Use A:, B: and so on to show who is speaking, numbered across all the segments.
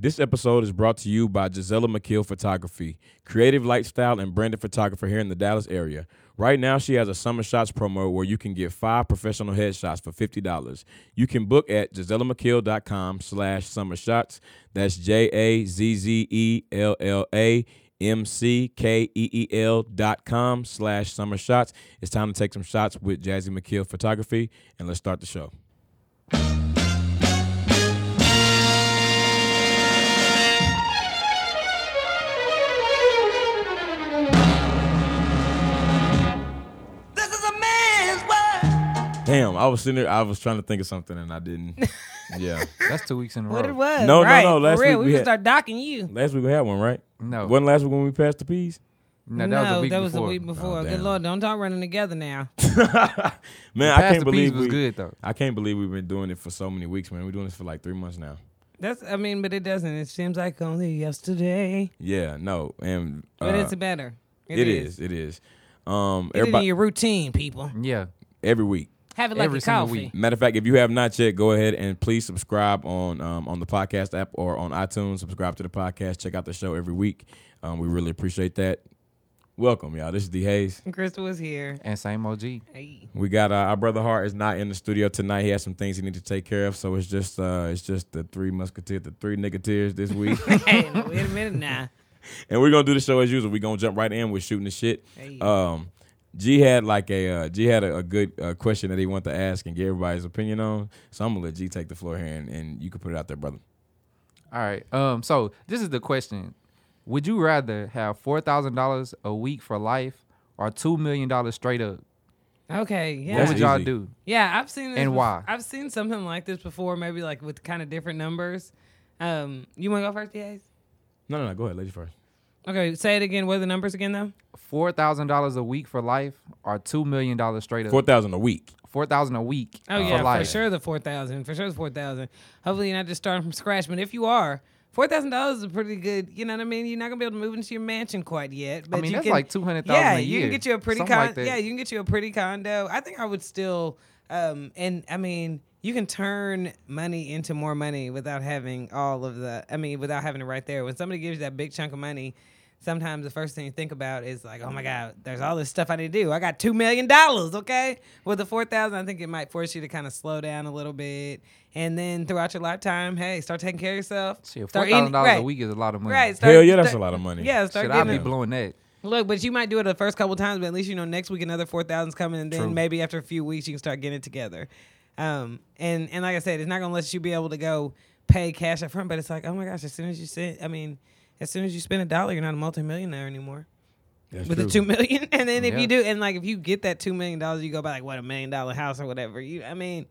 A: This episode is brought to you by Gisela McKeel Photography, creative lifestyle and branded photographer here in the Dallas area. Right now, she has a summer shots promo where you can get five professional headshots for $50. You can book at gisellamckill.com slash summer shots. That's E J-A-Z-Z-E-L-L-A-M-C-K-E-E-L E dot com slash summer shots. It's time to take some shots with Jazzy McKeel Photography, and let's start the show.
B: This is a man's world.
A: Damn, I was sitting there, I was trying to think of something, and I didn't. Yeah.
C: That's two weeks in a row.
D: What it was?
A: No, no,
D: right.
A: no, last
D: For real,
A: week
D: we,
A: we
D: should
A: had-
D: start docking you.
A: Last week we had one, right?
C: No.
A: Wasn't last week when we passed the peas?
C: No, that was a week
D: that was
C: before.
D: the week before. Good
A: Oh, damn.
D: lord, don't talk running together now.
A: Man, I
C: Pass
A: can't
C: the Peas
A: believe
C: was
A: we,
C: good though.
A: I can't believe we've been doing it for so many weeks, man. We're doing this for like three months now.
D: That's I mean, but it doesn't. It seems like only yesterday.
A: Yeah, no, and
D: But
A: uh,
D: it's better.
A: it is, it is. Um,
D: Get it in
A: everybody,
D: your routine, people.
C: Yeah.
A: every week.
D: Have it like
C: Every
D: a
C: single
D: coffee.
C: week.
A: Matter of fact, if you have not yet, go ahead and please subscribe on um, on the podcast app or on iTunes. Subscribe to the podcast. Check out the show every week. Um, we really appreciate that. Welcome, y'all. This is D Hayes.
D: Crystal was here.
C: And same OG.
D: Hey.
A: We got uh, our brother Hart is not in the studio tonight. He has some things he needs to take care of, so it's just uh, it's just the three musketeers, the three niggateers this week,
D: hey, now, wait a minute now.
A: and we're gonna do the show as usual. We're gonna jump right in with shooting the shit.
D: Hey.
A: Um, G had like a uh, G had a, a good uh, question that he wanted to ask and get everybody's opinion on. So I'm gonna let G take the floor here, and, and you can put it out there, brother.
C: All right. Um, so this is the question. Would you rather have four thousand dollars a week for life or two million dollars straight up?
D: Okay, yeah.
C: What
A: That's
C: would y'all
A: easy.
C: do?
D: Yeah, I've seen this
C: And
D: bef-
C: why?
D: I've seen something like this before, maybe like with kind of different numbers. Um, you want to go first, DAs?
A: No, no, no. Go ahead, ladies first.
D: Okay, say it again. What are the numbers again, though?
C: Four thousand dollars a week for life or two million dollars straight up?
A: Four thousand a week.
C: Four thousand a week
D: Oh
C: for
D: yeah, for
C: Uh, life.
D: sure the four thousand. For sure the four thousand. Hopefully you're not just starting from scratch. But if you are, four thousand dollars is a pretty good. You know what I mean? You're not gonna be able to move into your mansion quite yet. But
C: mean,
D: you
C: that's
D: can,
C: like $200,000
D: Yeah,
C: a
D: you
C: year,
D: can get you a pretty
C: something
D: con-
C: like that.
D: Yeah, you can get you a pretty condo. I think I would still. Um, and I mean, you can turn money into more money without having all of the. I mean, without having it right there. When somebody gives you that big chunk of money. Sometimes the first thing you think about is like, oh my God, there's all this stuff I need to do. I got two million dollars, okay? With the four thousand, I think it might force you to kind of slow down a little bit, and then throughout your lifetime, hey, start taking care of yourself.
C: Shit, four
D: Start eating-
C: thousand dollars a
D: right,
C: week is a lot of money.
D: Right.
A: Hell yeah, that's a lot of money.
D: Yeah, start
C: Should I
D: getting
C: be
D: it.
C: blowing that?
D: Look, but you might do it the first couple times, but at least you know next week another four thousand's coming, and then maybe after a few weeks you can start getting it together. Um, and and like I said, it's not gonna let you be able to go pay cash up front, but it's like, oh my gosh, as soon as you send, I mean, as soon as you spend a dollar, you're not a multimillionaire anymore
A: That's
D: with
A: true.
D: the two million. And then if
C: Yeah.
D: you do, and like if you get that two million dollars, you go buy like what a million dollar house or whatever. You, I mean,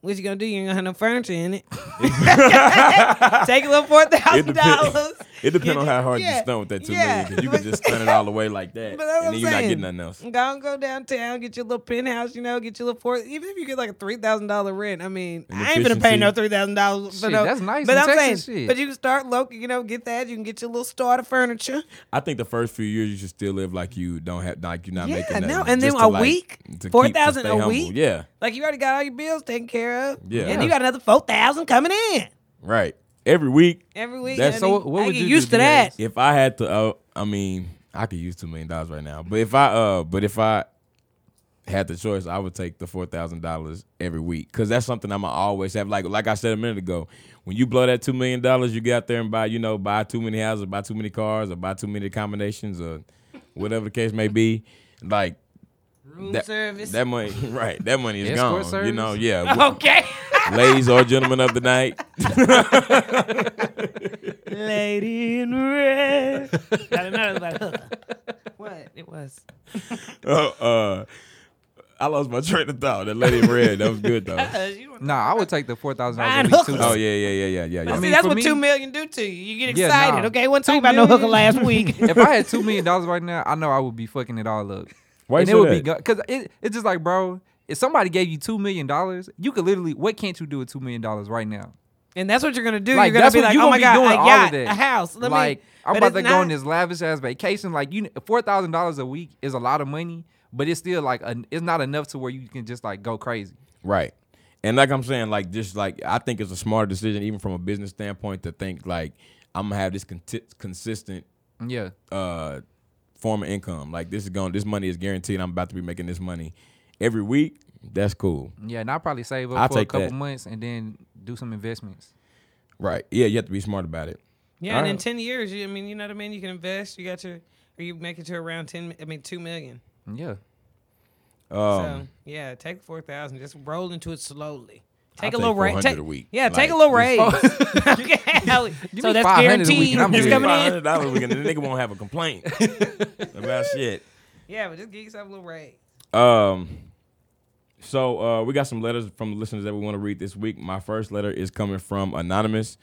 D: what you gonna do? You ain't gonna have no furniture in it. Take a little four
A: It
D: thousand
A: depends.
D: dollars.
A: It depends on how hard
D: yeah,
A: you stunt with that two million.
D: yeah.
A: 'cause You can just stunt it all the way like that,
D: But
A: and
D: that's what
A: then
D: I'm
A: you're not
D: saying.
A: getting nothing else.
D: Go and go downtown, get your little penthouse, you know, get your little four. Even if you get like a three thousand dollar rent, I mean,
A: And
D: I ain't gonna pay no
A: efficiency.
D: three thousand dollars.
C: Shit,
D: no,
C: that's nice
D: But
C: in
D: I'm
C: Texas,
D: saying,
C: shit.
D: but you can start local, you know, get that. You can get your little starter furniture.
A: I think the first few years you should still live like you don't have like you're not
D: Yeah,
A: making nothing.
D: no, and then
A: just to,
D: a
A: like,
D: week?
A: to keep- to
D: 4,000
A: stay
D: a
A: humble.
D: week?
A: Yeah,
D: Like you already got all your bills taken care of.
A: Yeah.
D: and you got another four thousand coming in
A: right. Every week,
D: every week.
A: That's-
D: I mean,
C: so what
D: I
C: would
D: get
C: you do,
D: used to
C: Diaz?
D: that?
A: if I had to, uh, I mean, I could use two million dollars right now. But if I, uh, but if I had the choice, I would take the four thousand dollars every week because that's something I'm gonna always have. Like, like I said a minute ago, when you blow that two million dollars, you get out there and buy, you know, buy too many houses, buy too many cars, or buy too many combinations, or whatever the case may be. Like
D: Room
A: that,
D: service.
A: that money, right? That money is
C: Escort
A: gone. You know,
C: service?
A: yeah.
D: okay,
A: ladies or gentlemen of the night.
D: lady in red. I don't know it was about hook. What it was.
A: Uh, uh, I lost my train of thought. That lady in red, that was good though.
D: Uh, you want-
C: Nah, I would take the four thousand
D: Ryan
C: dollars a week too.
D: Hookers.
A: Oh yeah, yeah, yeah, yeah, yeah. yeah.
D: See,
C: mean,
D: that's
C: for
D: what
C: me-
D: two million do to you. You get
C: Yeah,
D: excited,
C: nah.
D: okay? One
C: Two
D: talking about no hooker
C: million?
D: last week.
C: if I had two million dollars right now, I know I would be fucking it all up.
A: Why
C: and
A: you
C: it
A: say
C: would be
A: that?
C: because it, it's just like, bro, if somebody gave you two million dollars, you could literally what can't you do with two million dollars right now?
D: And that's what you're gonna do.
C: Like
D: you're gonna
C: that's
D: be
C: what
D: like,
C: you
D: oh
C: gonna
D: my
C: be
D: god,
C: doing
D: a
C: all
D: yacht,
C: of that.
D: a house. Let me-
C: like I'm
D: but
C: about to
D: it's
C: go on
D: not-
C: this lavish ass vacation. Like you, four thousand dollars a week is a lot of money, but it's still like a, it's not enough to where you can just like go crazy.
A: Right. And like I'm saying, like just like I think it's a smart decision, even from a business standpoint, to think like I'm gonna have this conti- consistent
C: Yeah.
A: uh form of income. Like this is going, this money is guaranteed. I'm about to be making this money every week. That's cool,
C: Yeah, and I'll probably save up
A: I'll
C: for a
A: take
C: couple
A: that.
C: months and then do some investments.
A: right? Yeah, you have to be smart about it.
D: Yeah, and in
A: Alright.
D: ten years, you, I mean, you know what I mean. You can invest. You got your, or you make it to around ten. I mean, two million.
C: Yeah.
A: Um,
D: so yeah, take four thousand. Just roll into it slowly. Take
A: take
D: a little raise.
A: 400
D: Take,
A: a week.
D: Yeah, take a
A: Like,
D: little raise. Yeah, so
C: me
D: that's
C: 500 a week
D: guaranteed.
C: and I'm
D: It's
C: good.
D: coming
A: Five
D: in.
A: hundred dollars, the nigga won't have a complaint about shit.
D: Yeah, but just give yourself a little raise.
A: Um, so uh, we got some letters from listeners that we want to read this week. My first letter is coming from anonymous,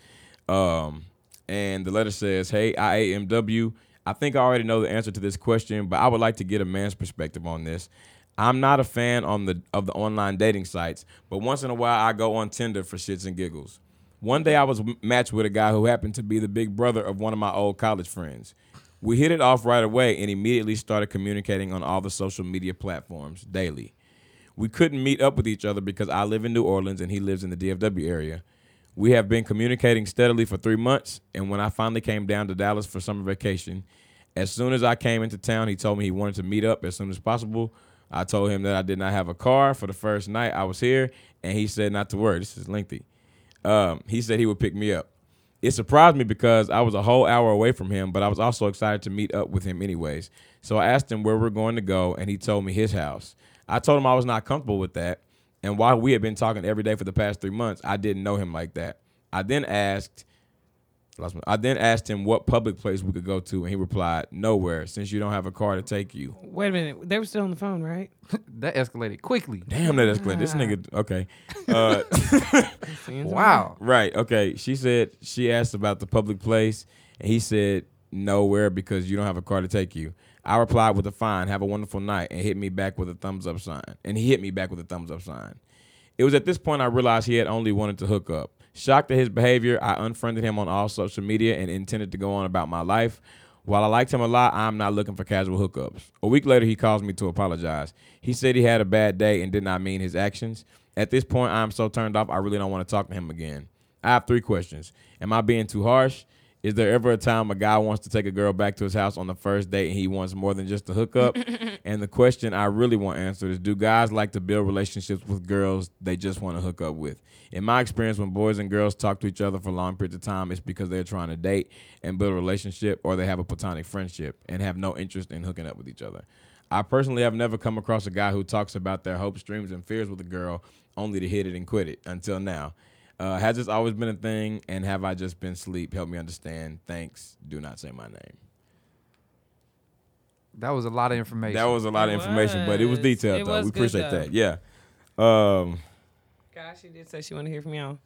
A: um, and the letter says, "Hey, IAMW, I think I already know the answer to this question, but I would like to get a man's perspective on this. I'm not a fan on the of the online dating sites, but once in a while I go on Tinder for shits and giggles." One day I was m- matched with a guy who happened to be the big brother of one of my old college friends. We hit it off right away and immediately started communicating on all the social media platforms daily. We couldn't meet up with each other because I live in New Orleans and he lives in the DFW area. We have been communicating steadily for three months, and when I finally came down to Dallas for summer vacation, as soon as I came into town, he told me he wanted to meet up as soon as possible. I told him that I did not have a car for the first night I was here, and he said not to worry. This is lengthy. Um, he said he would pick me up. It surprised me because I was a whole hour away from him, but I was also excited to meet up with him anyways. So I asked him where we're going to go, and he told me his house. I told him I was not comfortable with that, and while we had been talking every day for the past three months, I didn't know him like that. I then asked, lost my- I then asked him what public place we could go to, and he replied, "Nowhere, since you don't have a car to take you."
D: Wait a minute. They were still on the phone, right?
C: That escalated quickly.
A: Damn, that is Glenn. This nigga, okay. Uh,
C: Wow.
A: Right. Okay. She said she asked about the public place, and he said nowhere because you don't have a car to take you. I replied with a fine, have a wonderful night, and hit me back with a thumbs up sign. And he hit me back with a thumbs up sign. It was at this point I realized he had only wanted to hook up. Shocked at his behavior, I unfriended him on all social media and intended to go on about my life. While I liked him a lot, I'm not looking for casual hookups. A week later, he calls me to apologize. He said he had a bad day and did not mean his actions. At this point, I'm so turned off, I really don't want to talk to him again. I have three questions. Am I being too harsh? Is there ever a time a guy wants to take a girl back to his house on the first date and he wants more than just a hookup? and the question I really want answered is do guys like to build relationships with girls they just want to hook up with? In my experience, when boys and girls talk to each other for long periods of time, it's because they're trying to date and build a relationship or they have a platonic friendship and have no interest in hooking up with each other. I personally have never come across a guy who talks about their hopes, dreams, and fears with a girl only to hit it and quit it until now. Uh, has this always been a thing? And have I just been sleep? Help me understand. Thanks. Do not say my name.
C: That was a lot of information.
A: That was a lot of
D: It
A: information, but it was
D: was.
A: detailed
D: It
A: though.
D: was
A: We
D: good,
A: appreciate
D: though.
A: that. Yeah. Um.
D: Gosh, she did say she wanted to hear from y'all.
C: what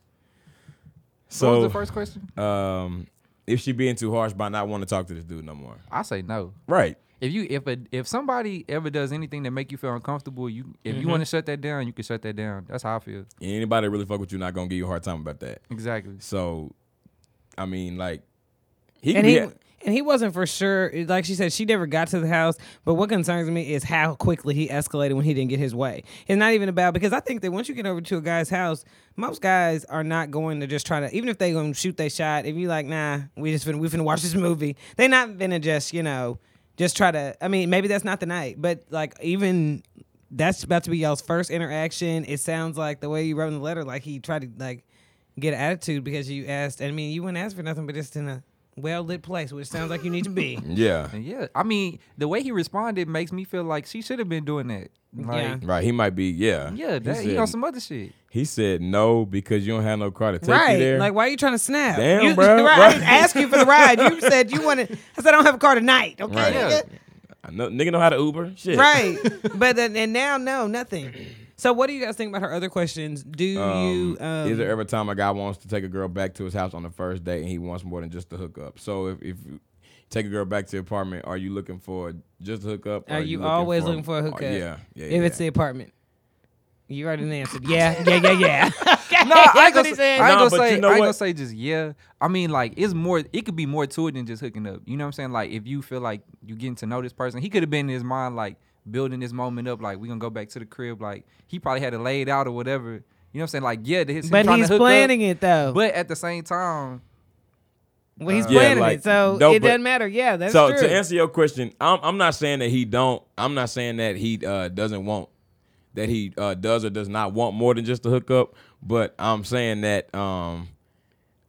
C: was
A: So,
C: the first question?
A: um, if she being too harsh by not wanting to talk to this dude no more,
C: I say no.
A: right?
C: If you if a, if somebody ever does anything that make you feel uncomfortable, you if you want to shut that down, you can shut that down. That's how I feel.
A: And anybody that really fuck with you not gonna give you a hard time about that.
C: Exactly.
A: So, I mean, like, he
D: And
A: could
D: he
A: be-
D: and he wasn't for sure. Like she said, she never got to the house. But what concerns me is how quickly he escalated when he didn't get his way. It's not even about because I think that once you get over to a guy's house, most guys are not going to just try to. Even if they gonna shoot they shot, if you like, nah, we just finna, we finna watch this movie. They not gonna just you know just try to. I mean, maybe that's not the night, but like even. That's about to be y'all's first interaction. It sounds like the way you wrote in the letter, like he tried to like get an attitude because you asked. I mean, you wouldn't ask for nothing, but just in a well lit place, which sounds like you need to be.
A: yeah,
C: And yeah, I mean the way he responded makes me feel like she should have been doing that. Like,
A: right. He might be. Yeah.
C: yeah,
A: He
C: that,
A: said,
C: he on some other shit.
A: he said no because you don't have no car to take you
D: right?
A: there.
D: Like, why are you trying to snap?
A: Damn,
D: you,
A: bruh.
D: right, I didn't
A: Right.
D: ask you for the ride. You said you wanted. I said I don't have a car tonight. Okay.
A: Right.
D: nigga?
A: I know, nigga know how to Uber. Shit.
D: Right. but then, and now no nothing. So what do you guys think about her other questions? Do
A: Um,
D: you um,
A: is there every time a guy wants to take a girl back to his house on the first date and he wants more than just a hookup? So if, if you take a girl back to your apartment, are you looking for just a hookup? or
D: Are you always looking for a
A: or-
D: hookup?
A: yeah, yeah.
D: if
A: yeah.
D: it's the apartment? You already answered. Yeah, yeah, yeah, yeah.
C: No, I
D: That's
C: ain't
D: what
C: gonna,
D: he
C: say,
D: said.
C: I ain't
A: Nah,
C: gonna
A: but
C: say.
A: you know
C: I ain't gonna
A: what?
C: say just yeah. I mean, like it's more. It could be more to it than just hooking up. You know what I'm saying? Like if you feel like you getting to know this person, he could have been in his mind like building this moment up. Like we gonna go back to the crib. Like he probably had it laid out or whatever. You know what I'm saying? Like, yeah, his,
D: But
C: trying
D: he's
C: to hook
D: planning
C: up,
D: it though.
C: But at the same time,
D: well, he's
A: uh, Yeah,
D: planning
A: like,
D: it, so
A: no,
D: it
A: but-
D: doesn't matter. Yeah, that's
A: so
D: true.
A: to answer your question, I'm I'm not saying that he don't. I'm not saying that he uh, doesn't want that he uh, does or does not want more than just a hookup. But I'm saying that um,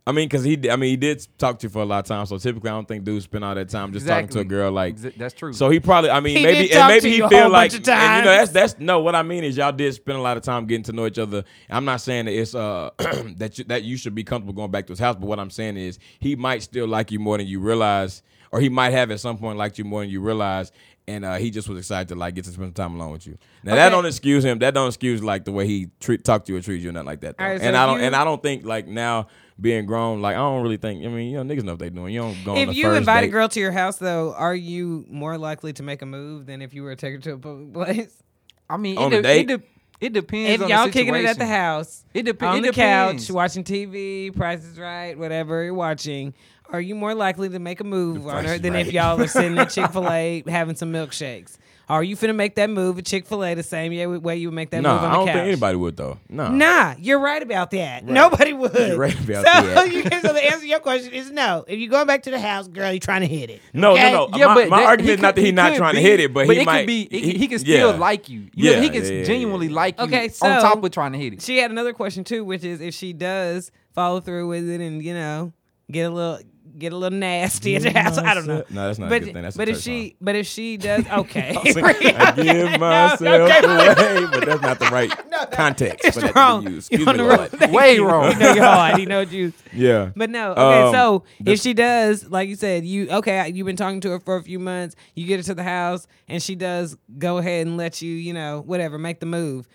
A: I mean, cause he I mean he did talk to you for a lot of time. So typically, I don't think dudes spend all that time just talking to a
C: Exactly.
A: girl like
C: Exa- that's true.
A: So he probably I mean
D: He
A: maybe
D: did
A: and
D: talk
A: maybe
D: to
A: he
D: you a
A: feel
D: whole
A: like
D: bunch of
A: and, you know that's
D: times.
A: that's no what I mean is y'all did spend a lot of time getting to know each other. I'm not saying that it's uh that you, that you should be comfortable going back to his house, but what I'm saying is he might still like you more than you realize, or he might have at some point liked you more than you realize. And uh, he just was excited to like get to spend some time alone with you. Now that
D: Okay.
A: don't excuse him. That don't excuse like the way he treat, talk to you or treat you and nothing like that. though.
D: All right, so
A: and
D: if
A: I don't
D: you-
A: and I don't think like now being grown like I don't really think. I mean you know niggas know what they doing. You don't go. on the
D: if you
A: first
D: invite a
A: date.
D: girl to your house, though, are you more likely to make a move than if you were to take her to a public place?
C: I mean,
A: on
C: it,
A: a
C: de-
A: date?
C: it, de- it depends.
D: If
C: on
D: y'all
C: the
D: kicking it at the
C: situation.
D: house,
C: It dep-
D: on
C: it
D: the
C: depends.
D: couch, watching TV, Price is Right, whatever you're watching, are you more likely to make a move on
A: Price
D: her
A: is
D: than
A: Right.
D: if y'all are sitting at Chick Fil A having some milkshakes? Are you finna make that move at Chick Fil A the same yeah- way you would make that
A: No,
D: move on
A: I don't
D: the couch?
A: think anybody would though. No.
D: Nah, you're right about that. Nobody would.
A: You're right about
D: so,
A: that.
D: you- so the answer to your question is no. If you're going back to the house, girl, you're trying to hit it.
A: Oh, No,
D: Okay?
A: no, no.
C: Yeah,
A: my
C: but
A: my
C: that-
A: argument
C: he
A: is not
C: could-
A: that he's
C: he
A: not
C: could
A: trying
C: be,
A: to hit it, but,
C: but
A: he
C: it
A: might.
C: could be. He,
A: he-
C: he can still
A: yeah.
C: like you. you yeah,
A: Yeah,
C: he can
A: yeah, yeah, yeah.
C: genuinely like you.
D: Okay,
C: on
D: so-
C: top of trying to hit it.
D: She had another question too, which is if she does follow through with it and you know get a little get a little nasty at your house. I don't know.
A: No, that's not a
D: but
A: good thing. That's a
D: but if
A: church
D: she
A: song.
D: but if she does okay,
A: I give myself
D: no, okay.
A: away, but that's not the right context for that
D: wrong.
A: to be used.
D: You're
A: Excuse
D: on
A: me,
D: the
A: Lord.
D: wrong thing.
C: Way wrong.
D: you know you're hard. You know you.
A: Yeah.
D: But no, okay.
A: Um,
D: so
A: the-
D: if she does, like you said, you okay, you've been talking to her for a few months. You get her to the house, and she does go ahead and let you, you know, whatever, make the move.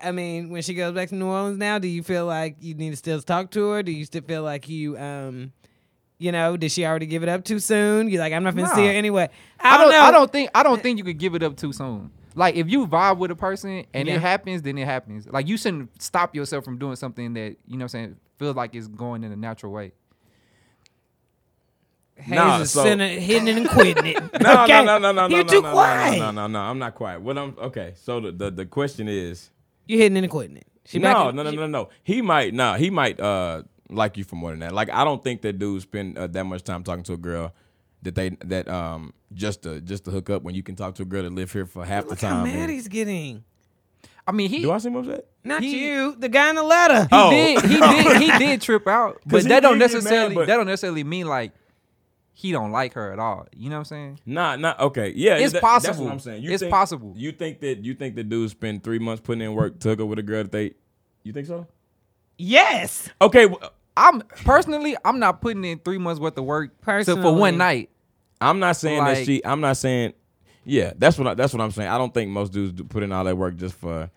D: I mean, when she goes back to New Orleans now, do you feel like you need to still talk to her? Do you still feel like you, um, you know, did she already give it up too soon? You're like, I'm not gonna see
C: Nah.
D: her anyway. I,
C: I don't.
D: know.
C: I don't think. I don't think you could give it up too soon. Like if you vibe with a person and
D: Yeah.
C: it happens, then it happens. Like you shouldn't stop yourself from doing something that you know. what I'm saying feels like it's going in a natural way.
D: Hayes
A: Nah,
D: is
A: so-
D: sitting it- hitting it and quitting it.
A: No,
D: okay?
A: no, no, no, no, no,
D: You're
A: no,
D: too
A: no,
D: quiet.
A: no, no, no, no, I'm not quiet. What I'm okay. So the the, the question is,
D: You're hitting it and quitting it. She
A: no,
D: back in-
A: no, no,
D: she-
A: no, no. He might, nah, he might uh like you for more than that. Like I don't think that dudes spend uh, that much time talking to a girl that they that um just to just to hook up when you can talk to a girl that live here for half
D: Look
A: the
D: how
A: time.
D: mad
A: and-
D: he's getting.
C: I mean, he
A: Do I seem upset?
D: Not
C: He-
D: you, the guy in the letter.
A: Oh.
C: he did. He did. He did trip out, but
A: he
C: that don't
A: did get mad,
C: necessarily.
A: but-
C: that don't necessarily mean like he don't like her at all. You know what I'm saying?
A: Nah, nah. Okay, yeah,
C: It's
A: that- That's
C: possible.
A: what I'm saying. You
C: It's
A: think,
C: possible.
A: You think that you think that dudes spend three months putting in work to hook up with a girl that they, you think so?
D: Yes.
A: Okay, w-
C: I'm personally, I'm not putting in three months worth of work so for
D: Personally.
C: one night.
A: I'm not saying that
C: Like-
A: she. I'm not saying. Yeah, that's what I, that's what I'm saying. I don't think most dudes do put in all that work just for.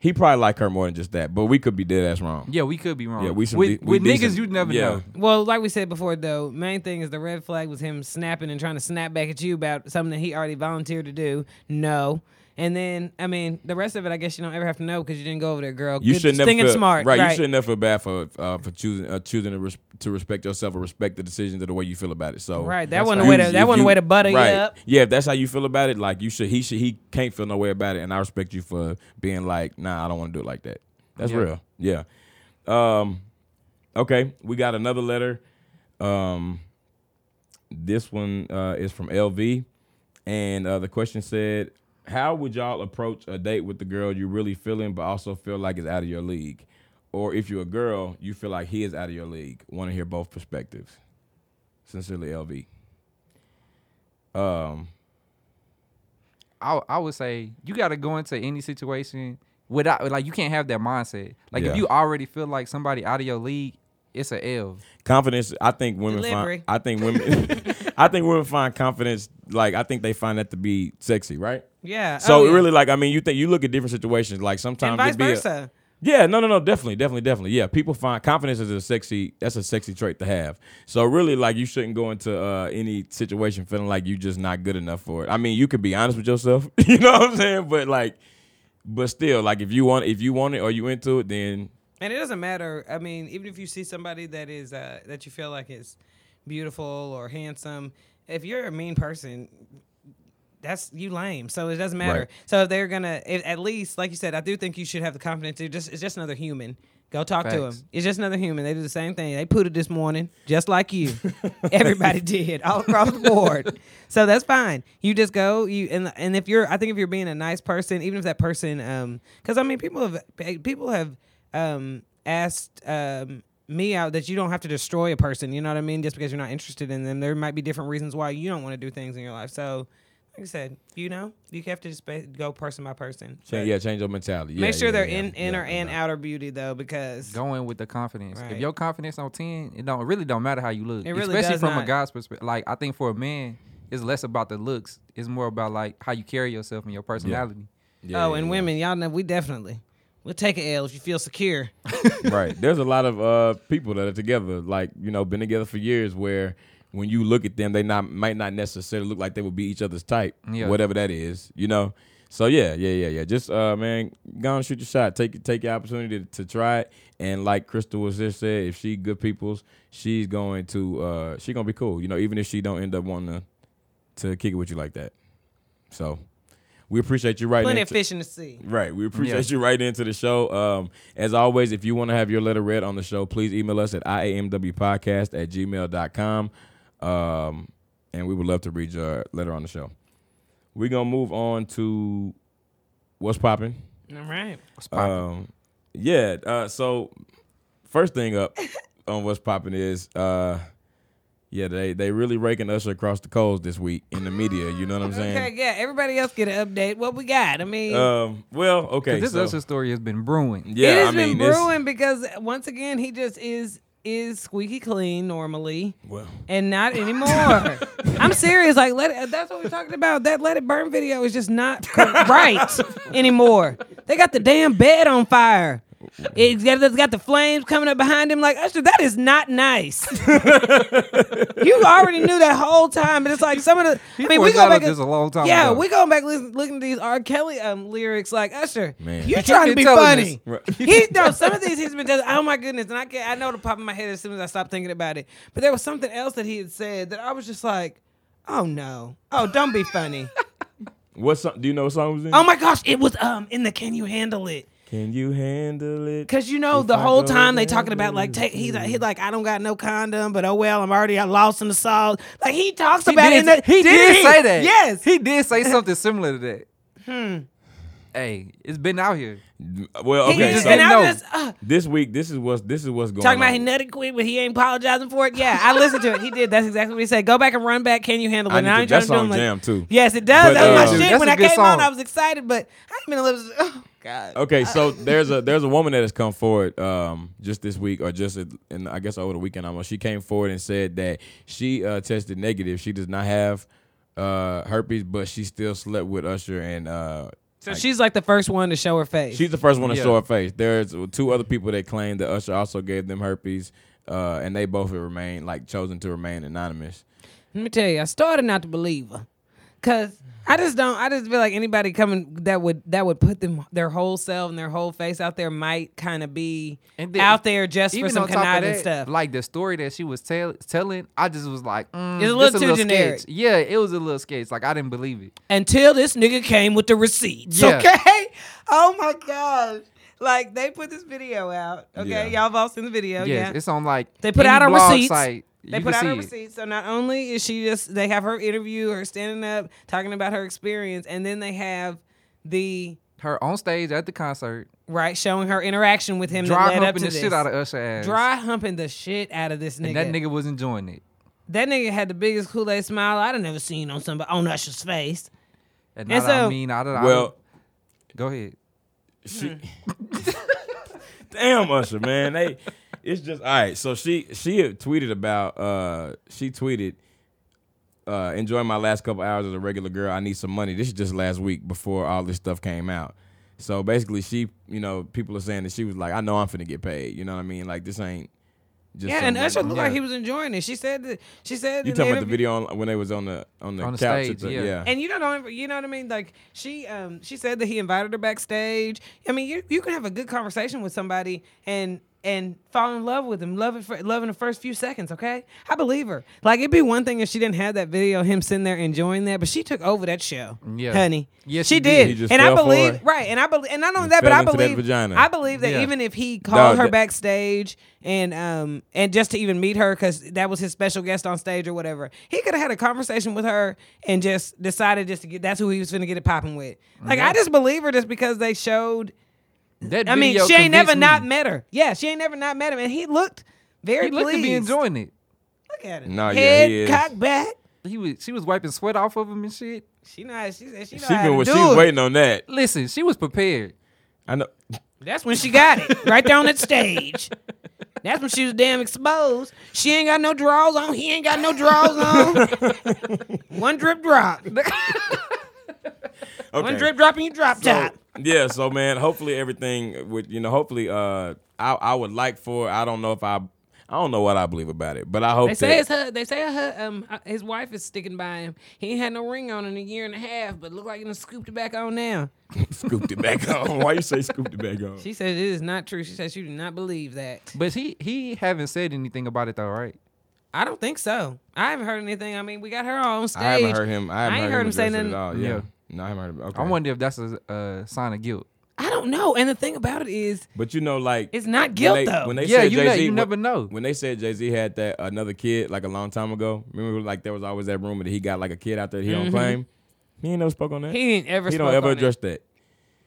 A: He probably like her more than just that, but we could be dead ass wrong.
C: Yeah, we could be wrong.
A: Yeah, we some
C: with,
A: de- we
C: with niggas
A: decent-
C: you never
A: yeah.
C: know.
D: Well, like we said before, though, main thing is the red flag was him snapping and trying to snap back at you about something that he already volunteered to do. No. And then, I mean, the rest of it, I guess you don't ever have to know because you didn't go over there, girl.
A: You
D: Good
A: should never
D: thinking
A: feel,
D: smart,
A: right, You should never feel bad for uh, for choosing uh, choosing to, res- to respect yourself or respect the decisions or the way you feel about it. So
D: Right, that
A: that's
D: wasn't
A: how
D: a way
A: you-
D: to- that
A: if
D: wasn't a way to butter you
A: right.
D: up.
A: Yeah, if that's how you feel about it, like you should he should he can't feel no way about it, and I respect you for being like, nah, I don't want to do it like that. That's
C: Yeah.
A: real. Yeah. Um. Okay, we got another letter. Um. This one uh, is from LV, and uh, the question said, "How would y'all approach a date with the girl you really feeling, but also feel like is out of your league, or if you're a girl, you feel like he is out of your league? Want to hear both perspectives? Sincerely, LV. Um,
C: I I would say you got to go into any situation without like you can't have that mindset. Like
A: Yeah.
C: if you already feel like somebody out of your league, it's a L.
A: confidence. I think women
D: Delivery.
A: find. I think women. I think women find confidence. Like I think they find that to be sexy, right?
D: Yeah.
A: So
D: oh,
A: it
D: yeah.
A: really, like, I mean, you think you look at different situations. Like sometimes
D: And vice
A: it'd be a-
D: versa.
A: Yeah, no, no, no, definitely, definitely, definitely. Yeah, people find confidence is a sexy. That's a sexy trait to have. So really, like, you shouldn't go into uh, any situation feeling like you just not good enough for it. I mean, you could be honest with yourself. you know what I'm saying? But like, but still, like, if you want, if you want it or you into it, then
D: And it doesn't matter. I mean, even if you see somebody that is uh, that you feel like is beautiful or handsome, if you're a mean person, that's you lame. So it doesn't matter. So if they're gonna if, at least, like you said, I do think you should have the confidence to just it's just another human. Go talk to
C: Facts.
D: him. It's just another human. They do the same thing. They pooted this morning, just like you. Everybody did all across the board. So that's fine. You just go. You and and if you're, I think if you're being a nice person, even if that person, um, because I mean, people have people have um asked um me out that you don't have to destroy a person. You know what I mean? Just because you're not interested in them, there might be different reasons why you don't want to do things in your life. So. Like I said, you know, you have to just ba- go person by person.
A: Cha- yeah, change your mentality.
D: Make
A: Yeah,
D: sure
A: yeah,
D: they're
A: yeah,
D: in
A: yeah,
D: inner
A: yeah.
D: and outer beauty though, because
C: Going with the confidence.
D: Right.
C: If your confidence on ten, it don't it really don't matter how you look.
D: It really
C: Especially
D: does
C: from
D: not.
C: a guy's perspective. Like I think for a man, it's less about the looks. It's more about like how you carry yourself and your personality.
A: Yeah,
D: oh,
A: yeah,
D: and
A: yeah.
D: women, y'all know we definitely we'll take an L if you feel secure.
A: right. There's a lot of uh, people that are together, like you know, been together for years. Where when you look at them, they not might not necessarily look like they would be each other's type,
C: Yeah.
A: whatever that is, you know. So yeah, yeah, yeah, yeah. Just uh, man, go and shoot your shot. Take take your opportunity to, to try it. And like Crystal was just said, if she good people's, she's going to uh, she gonna be cool, you know. Even if she don't end up wanting to to kick it with you like that. So we appreciate you right
D: Plenty
A: now.
D: of fish in the sea.
A: Right. We appreciate you right into the show. Um, as always, if you want to have your letter read on the show, please email us at iamwpodcast at gmail.com. Um, and we would love to read your letter on the show. We're going to move on to what's popping.
D: All right.
A: Um, yeah. Uh, so, first thing up on what's popping is, uh, yeah, they, they really raking us across the coals this week in the media. You know what I'm
D: Okay,
A: saying?
D: yeah. Everybody else get an update. What we got? I mean,
A: Um, well, okay.
C: 'Cause this
A: so-
C: Usher story has been brewing.
A: yeah,
D: it has
A: I mean,
D: been
A: it's-
D: brewing because once again he just is is squeaky clean normally.
A: Well,
D: and not anymore. I'm serious. Like, let it, that's what we're talking about. That let it burn video is just not co- right anymore. They got the damn bed on fire. It's got, it's got the flames coming up behind him. Like Usher, that is not nice. you already knew that whole time, but it's like some of the. I mean, we go
C: foreshadowed
D: back.
C: this a long time
D: Yeah,
C: ago.
D: we going back listen, looking at these R. Kelly um, lyrics. Like Usher,
A: Man.
D: you trying to
C: You're
D: be
C: telling
D: funny.
C: us.
A: Right.
D: He no, some of these he's been doing. Oh my goodness, and I can I know the pop in my head as soon as I stopped thinking about it. But there was something else that he had said that I was just like, oh no, oh don't be funny.
A: What song? Do you know what song was in?
D: oh my gosh, it was um in the Can You Handle It?
A: Can you handle it?
D: Cause you know
A: If
D: the
A: I
D: whole
A: go
D: time they
A: down
D: talking about like
A: to
D: take he's like, he's like I don't got no condom, but oh well, I'm already I lost in the sauce. Like he talks about it. In the,
C: he did
D: he?
C: say that.
D: Yes,
C: He did say something similar to that. Hmm. Hey, it's been out here.
A: Well,
D: He-
A: okay.
C: just
A: so
D: and I
C: know.
D: just. Uh,
A: this week, this is what's this is what's going
D: Talking
A: on.
D: about he nutted quit, but he ain't apologizing for it. Yeah, I listened to it. He did. That's exactly what he said. Go back and run back. Can you handle it?
A: I
D: And
A: need to-
D: ain't
A: that
D: trying to do
A: song
D: him, like-
A: jam too.
D: Yes, it does.
A: But,
D: that was
A: uh,
D: my
A: Dude,
D: shit.
C: that's
D: when
C: a
D: I
C: good
D: came on,
C: song.
D: I was excited, but I ain't been a little. Oh God.
A: Okay, so there's a there's a woman that has come forward um, just this week or just at- and I guess over the weekend almost. She came forward and said that she uh, tested negative. She does not have uh, herpes, but she still slept with Usher and uh,
D: So she's like the first one to show her face.
A: She's the first one to
C: Yeah.
A: show her face. There's two other people that claim that Usher also gave them herpes, uh, and they both have remained like chosen to remain anonymous.
D: Let me tell you, I started not to believe her, cause I just don't. I just feel like anybody coming that would that would put them their whole self and their whole face out there might kind of be
C: And then-
D: out there just for
C: Even
D: some
C: on top of
D: conniving
C: that,
D: stuff.
C: like the story that she was tell- telling, I just was like, mm,
D: It's a
C: this
D: little too generic.
C: Sketch. Yeah, it was a little sketch. Like I didn't believe it.
D: until this nigga came with the receipts.
C: Yeah.
D: Okay. Oh my gosh. Like they put this video out. Okay,
A: Yeah.
D: y'all have all seen the video.
C: yes,
D: Oh, yeah.
C: it's on like
D: They put
C: any
D: out her
C: blog
D: receipts.
C: Site,
D: They
C: you
D: put
C: can
D: out her
C: see it.
D: receipts. So not only is she just they have her interview, her standing up, talking about her experience, and then they have the
C: Her on stage at the concert,
D: right showing her interaction with him that led up
C: dry
D: to
C: humping the
D: this.
C: shit out of Usher ass.
D: Dry humping the shit out of this nigga.
C: and that nigga was enjoying it.
D: That nigga had the biggest Kool Aid smile I'd never seen on somebody on Usher's face.
C: And, now
D: And
C: that I
D: so-
C: mean, I don't.
A: Well,
C: go ahead.
A: she,
D: Hmm.
A: damn Usher, man, they, it's just all right. So she she had tweeted about uh she tweeted. Uh, enjoying my last couple hours as a regular girl. I need some money. This is just last week before all this stuff came out. So basically, she, you know, people are saying that she was like, "I know I'm finna get paid." You know what I mean? Like this ain't just
D: Yeah,
A: some
D: and Usher
A: random-
D: looked
C: Yeah.
D: like he was enjoying it. She said that she said
A: You
D: in the
A: talking about the
D: interview-
A: video on, when they was on the on the
C: On the
A: couch?
C: stage,
A: at the,
C: yeah.
A: yeah.
D: And you don't know, you know what I mean? Like she, um, she said that he invited her backstage. I mean, you you can have a good conversation with somebody and. and fall in love with him. Love it, for, love in the first few seconds. Okay, I believe her. Like it'd be one thing if she didn't have that video, of him sitting there enjoying that, but she took over that show,
C: Yeah.
D: honey.
C: Yes,
D: she
C: she did.
A: He
D: did,
A: just
D: and I
A: fell for
D: believe
A: it.
D: right, and I believe, and not only
A: He
D: that, but
A: fell
D: I
A: into that
D: believe,
A: vagina.
D: I believe that
C: Yeah.
D: even if he called her
A: that-
D: backstage and um and just to even meet her because that was his special guest on stage or whatever, he could have had a conversation with her and just decided just to get that's who he was going to get it popping with. Like I just believe her just because they showed.
C: That
D: I mean,
C: video
D: she ain't
C: convinced
D: never
C: me.
D: not met her. Yeah, she ain't never not met him, and he looked very
C: He looked to
D: pleased.
C: be enjoying it.
D: Look at him.
A: No, yeah,
D: Head
A: he is.
D: cocked back.
C: He was she was wiping sweat off of him and shit.
D: She know how, she said she know
A: She
D: how
A: been
D: to
A: well,
D: do
A: she was
D: it.
A: waiting on that.
C: Listen, she was prepared.
A: I know.
D: That's when she got it right there on that stage. That's when she was damn exposed. She ain't got no draws on. He ain't got no draws on. One drip drop. One
A: Okay.
D: drip drop and you drop top.
A: yeah, so man, hopefully everything would you know, hopefully uh I I would like for I don't know if I I don't know what I believe about it, but I hope
D: They say
A: that-
D: it's her. They say her. Um, his wife is sticking by him. He ain't had no ring on in a year and a half, but look like he done scooped it back on now.
A: scooped it back on. Why you say scooped it back on?
D: She said it is not true. She said she do not believe that.
C: But he he haven't said anything about it though, right?
D: I don't think so. I haven't heard anything. I mean, we got her on stage.
A: I haven't heard him. I haven't
D: ain't
A: heard,
D: heard
A: him,
D: him say
A: address it
D: nothing.
A: at all. Yeah.
C: Yeah.
A: No, I haven't heard him. Okay.
C: I wonder if that's a uh, sign of guilt.
D: I don't know. And the thing about it is,
A: but you know, like
D: it's not guilt
A: when they,
D: though.
A: When they
C: Yeah,
A: said
C: you
A: Jay
C: ne-
A: Z,
C: you never know.
A: When they said Jay Z had that another kid like a long time ago, remember like there was always that rumor that he got like a kid out there that he don't claim. He ain't never spoke on that.
D: Mm-hmm. he ain't ever.
A: He
D: spoke
A: don't ever
D: on it.
A: address that.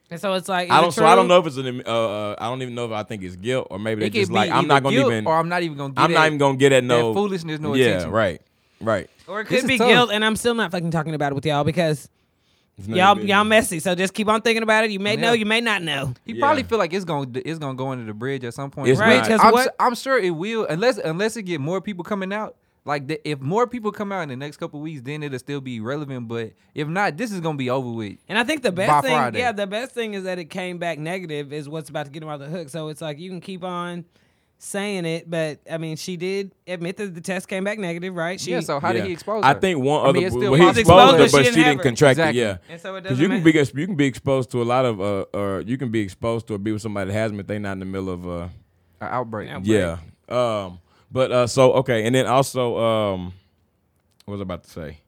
D: And so it's like
A: I
D: either
A: don't. So I don't
D: true-
A: know if it's an. Uh, uh, I don't even know if I think it's guilt or maybe they
C: It could
A: just
C: be
A: like I'm
C: either
A: not gonna
C: guilt
A: even.
C: or I'm not even gonna. Get
A: I'm
C: at
A: not even gonna get at no
C: that foolishness, no
A: yeah,
C: attention.
A: right, right.
D: or it
C: This
D: could
C: is
D: be
C: tough.
D: guilt, and I'm still not fucking talking about it with y'all because
A: It's not
D: y'all
A: even-
D: y'all messy. So just keep on thinking about it. You may know,
C: Yeah.
D: you may not know.
C: He
A: Yeah.
C: probably feel like it's gonna it's gonna go under the bridge at some point.
A: It's
D: Right,
A: not.
D: because
C: I'm,
D: what-
C: su- I'm sure it will unless unless it get more people coming out. Like the, if more people come out in the next couple weeks, then it'll still be relevant. But if not, this is gonna be over with.
D: And I think the best
C: By
D: thing,
C: Friday.
D: yeah, the best thing is that it came back negative. Is what's about to get him off the hook. So it's like you can keep on saying it, but I mean, she did admit that the test came back negative, right? She,
C: yeah. So how
A: Yeah.
C: did he expose?
A: I
C: her?
A: think one
C: I
A: other.
C: mean, it's still
A: well, he
C: possible.
A: exposed her,
D: Exposed her,
A: but
D: she
A: she
D: didn't have
A: didn't
D: her.
A: contract
C: Exactly.
A: it. Yeah,
D: And so it
A: because
D: doesn't
A: you can
D: matter.
A: be ex- you can be exposed to a lot of uh, or you can be exposed to or be with somebody that has them if they not in the middle of uh,
C: An outbreak.
D: Yeah.
A: yeah. Um, but uh, so okay, and then also um, what was I about to say?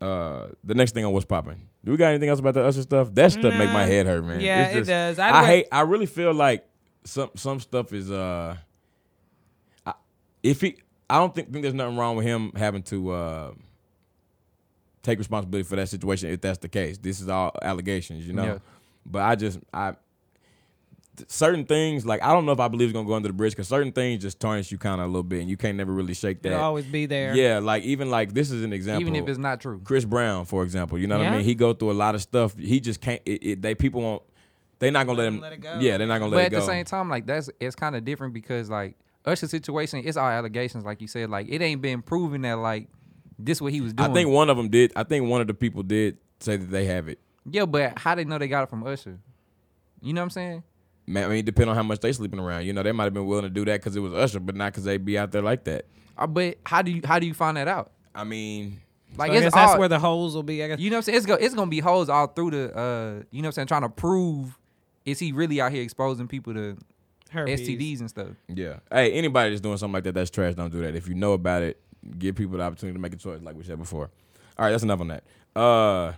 A: Uh, the next thing on what's popping. Do we got anything else about the Usher stuff? That stuff make my
D: Nah.
A: head hurt, man.
D: Yeah,
A: It's
D: it
A: just-
D: does. I'd
A: I
D: ra-
A: hate. I really feel like some some stuff is uh, I, if he, I don't think think there's nothing wrong with him having to uh take responsibility for that situation if that's the case. This is all allegations, you know.
C: Yeah.
A: But I just I th- certain things like I don't know if I believe it's gonna go under the bridge because certain things just tarnish you kind of a little bit and you can't never really shake
D: It'll
A: that.
D: always be there.
A: Yeah, like even like this is an example.
C: Even if it's not true.
A: Chris Brown, for example, you know what
D: Yeah.
A: I mean. He go through a lot of stuff. He just can't. It, it, they people won't. They not gonna let
D: him
A: him.
D: let it go.
A: Yeah, they're not gonna
C: but
A: let
C: at
A: it go.
C: the same time, like that's it's kind of different because like Usher's situation, it's all allegations, like you said. Like it ain't been proven that like this what he was doing.
A: I think one of them did. I think one of the people did say that they have it.
C: yeah, but how they know they got it from Usher? You know what I'm saying?
A: Man, I mean, depending on how much they sleeping around, you know, they might have been willing to do that because it was Usher, but not because they be out there like that.
C: Uh, but how do you how do you find that out?
A: I mean,
C: Like
D: I guess
C: it's
D: that's
C: all,
D: where the holes will be. I guess.
C: you know what I'm saying. It's go it's gonna be holes all through the uh you know what I'm saying trying to prove is he really out here exposing people to
D: herpes.
C: STDs and stuff.
A: yeah. Hey, anybody that's doing something like that, that's trash. Don't do that. If you know about it, give people the opportunity to make a choice, like we said before. All right, that's enough on that. Uh,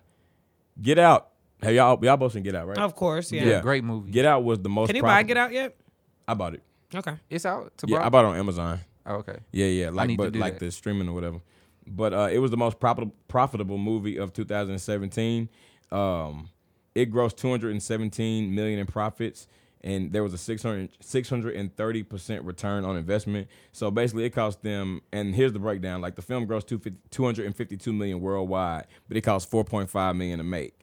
A: Get Out. Have y'all y'all both seen Get Out, right?
D: Of course, yeah.
A: Yeah.
C: Great movie.
A: Get Out was the most.
D: Can anybody
A: profit-
D: get out yet?
A: I bought it.
D: Okay.
C: It's out to
A: Yeah, I
C: borrow-
A: bought it on Amazon.
C: oh, okay.
A: Yeah, yeah, like
C: need to
A: but
C: do
A: like
C: that.
A: the streaming or whatever. But uh, it was the most profitable profitable movie of 2017. Um, it grossed 217 million in profits, and there was a 600 630 percent return on investment. So basically, it cost them. And here's the breakdown: like the film grossed 250 252 million worldwide, but it cost 4.5 million to make.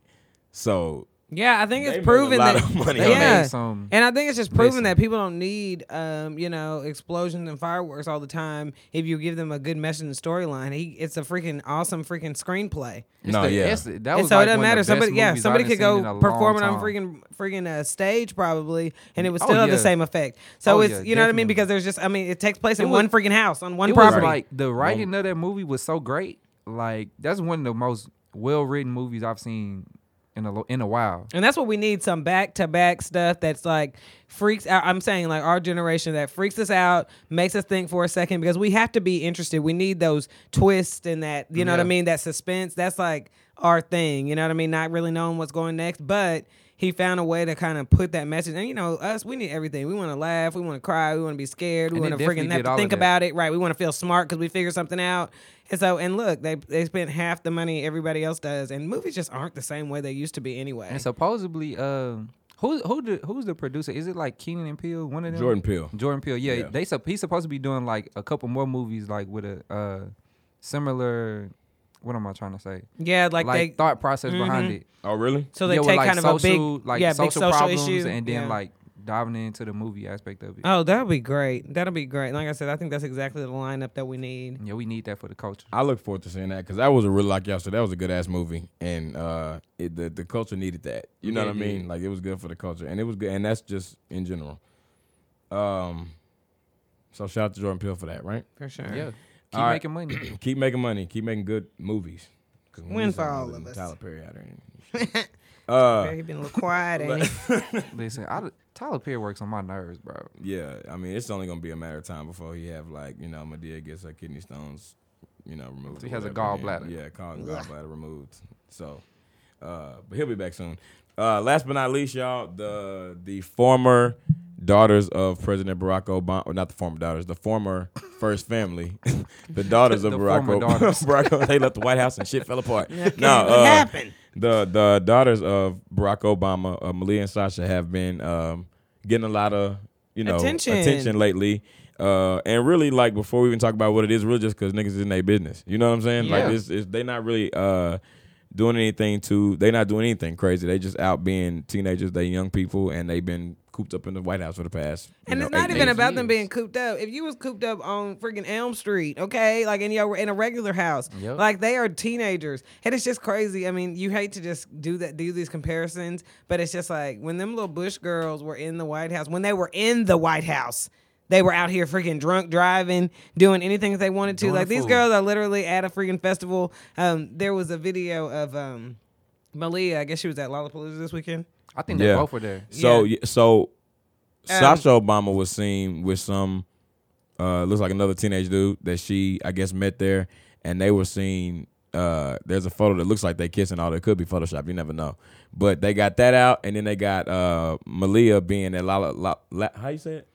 A: So
D: Yeah, I think
A: They
D: it's
A: made
D: proven
A: a lot
D: that.
A: of money
C: on
D: yeah,
C: that. Some-
D: and I think it's just proven
C: Listen.
D: that people don't need, um, you know, explosions and fireworks all the time. If you give them a good message and storyline, he, it's a freaking awesome freaking screenplay.
C: It's
A: no,
C: the-
A: yeah,
C: it's the- that was
D: And so
C: like
D: it doesn't
C: one of the
D: matter.
C: best
D: Somebody, yeah,
C: movies I
D: somebody
C: done
D: could
C: seen
D: go
C: in a long
D: perform it on
C: time.
D: freaking freaking uh, stage probably, and it would
C: Oh,
D: still have the
C: yeah.
D: same effect. So
C: Oh,
D: it's
C: yeah,
D: you know what I mean
C: definitely.
D: because there's just I mean it takes place in
C: It
D: one
C: was-
D: freaking house on one
C: it
D: property.
C: was like the writing of that movie was so great. Like that's one of the most well written movies I've seen in in a lo- in a while.
D: And that's what we need some back to back stuff that's like freaks out. I'm saying like our generation that freaks us out, makes us think for a second because we have to be interested. We need those twists and that, you know what I
C: Yeah.
D: mean? That suspense. That's like our thing, you know what I mean? Not really knowing what's going next, but he found a way to kind of put that message. And you know, us, we need everything. We want to laugh, we want to cry, we want to be scared, we
C: And it
D: want to
C: definitely
D: freaking
C: did
D: have
C: all
D: to
C: of
D: think
C: that.
D: about it, right? We want to feel smart because we figured something out. And so, and look, they they spent half the money everybody else does, and movies just aren't the same way they used to be anyway.
C: And supposedly, um, who who the, who's the producer? Is it like Keenan and Peele? One of them.
A: Jordan Peele.
C: Jordan Peele. Yeah,
A: Yeah.
C: they sup- he's supposed to be doing like a couple more movies, like with a uh, similar. What am I trying to say?
D: Yeah, like,
C: Like,
D: they Mm-hmm.
C: thought process behind it.
A: Oh, really?
D: so they
C: Yeah, with,
D: take
C: like,
D: kind of
C: social,
D: a big
C: like
D: yeah,
C: social,
D: big social
C: problems
D: issue.
C: and then
D: Yeah.
C: like diving into the movie aspect of it.
D: oh, that'll be great. That'll be great. Like I said, I think that's exactly the lineup that we need.
C: yeah, we need that for the culture.
A: I look forward to seeing that because that was a real like y'all said that was a good ass movie and uh it, the the culture needed that you know
C: Yeah,
A: what I
C: it did.
A: mean like it was good for the culture and it was good and that's just in general. Um, so shout out to Jordan Peele for that, right?
D: For sure.
C: Yeah, keep
A: All right.
C: making money.
A: keep making money, keep making good movies. 'Cause when
D: Win
A: he's
D: for
A: older
D: all
A: than
D: of us.
A: Tyler Perry out there. uh,
D: Yeah, he been a little quiet, ain't he?
C: Listen, I, Tyler Perry works on my nerves, bro.
A: yeah, I mean it's only gonna be a matter of time before he have like you know Medea gets her kidney stones, you know removed.
C: He
A: or
C: has a
A: whatever, and-
C: gallbladder.
A: Yeah, gall- gallbladder removed. So, uh, but he'll be back soon. Uh, last but not least, y'all, the the former daughters of President Barack Obama, or not the former daughters, the former first family, the daughters of
C: The
A: Barack
C: former
A: Obama.
C: daughters.
A: Barack Obama, they left the White House and shit fell apart. no,
D: what
A: uh,
D: happened?
A: the the daughters of Barack Obama, uh, Malia and Sasha, have been um, getting a lot of you know
D: Attention.
A: lately. Uh, and really, like before we even talk about what it is, really just because niggas is in their business. You know what I'm saying?
C: Yeah.
A: Like it's, it's they not really uh, doing anything to they not doing anything crazy. They just out being teenagers. They young people, and they've been cooped up in the White House for the past. you
D: And
A: know,
D: it's not
A: eight
D: even
A: days.
D: about them
C: years.
D: being cooped up. If you was cooped up on freaking Elm Street, okay, like in your in a regular house,
C: Yep.
D: like they are teenagers, and it's just crazy. I mean, you hate to just do that, do these comparisons, but it's just like when them little Bush girls were in the White House, when they were in the White House. They were out here freaking drunk, driving, doing anything that they wanted to.
C: Doing the
D: like these
C: fool.
D: girls are literally at a freaking festival. Um, there was a video of um, Malia. I guess she was at Lollapalooza this weekend.
C: I think they
A: Yeah.
C: both were there.
A: So
D: Yeah.
A: y so Sasha Obama was seen with some uh looks like another teenage dude that she I guess met there and they were seen uh there's a photo that looks like they kissing all that could be Photoshop, you never know. But they got that out and then they got uh Malia being at Lala La, La, how you say it?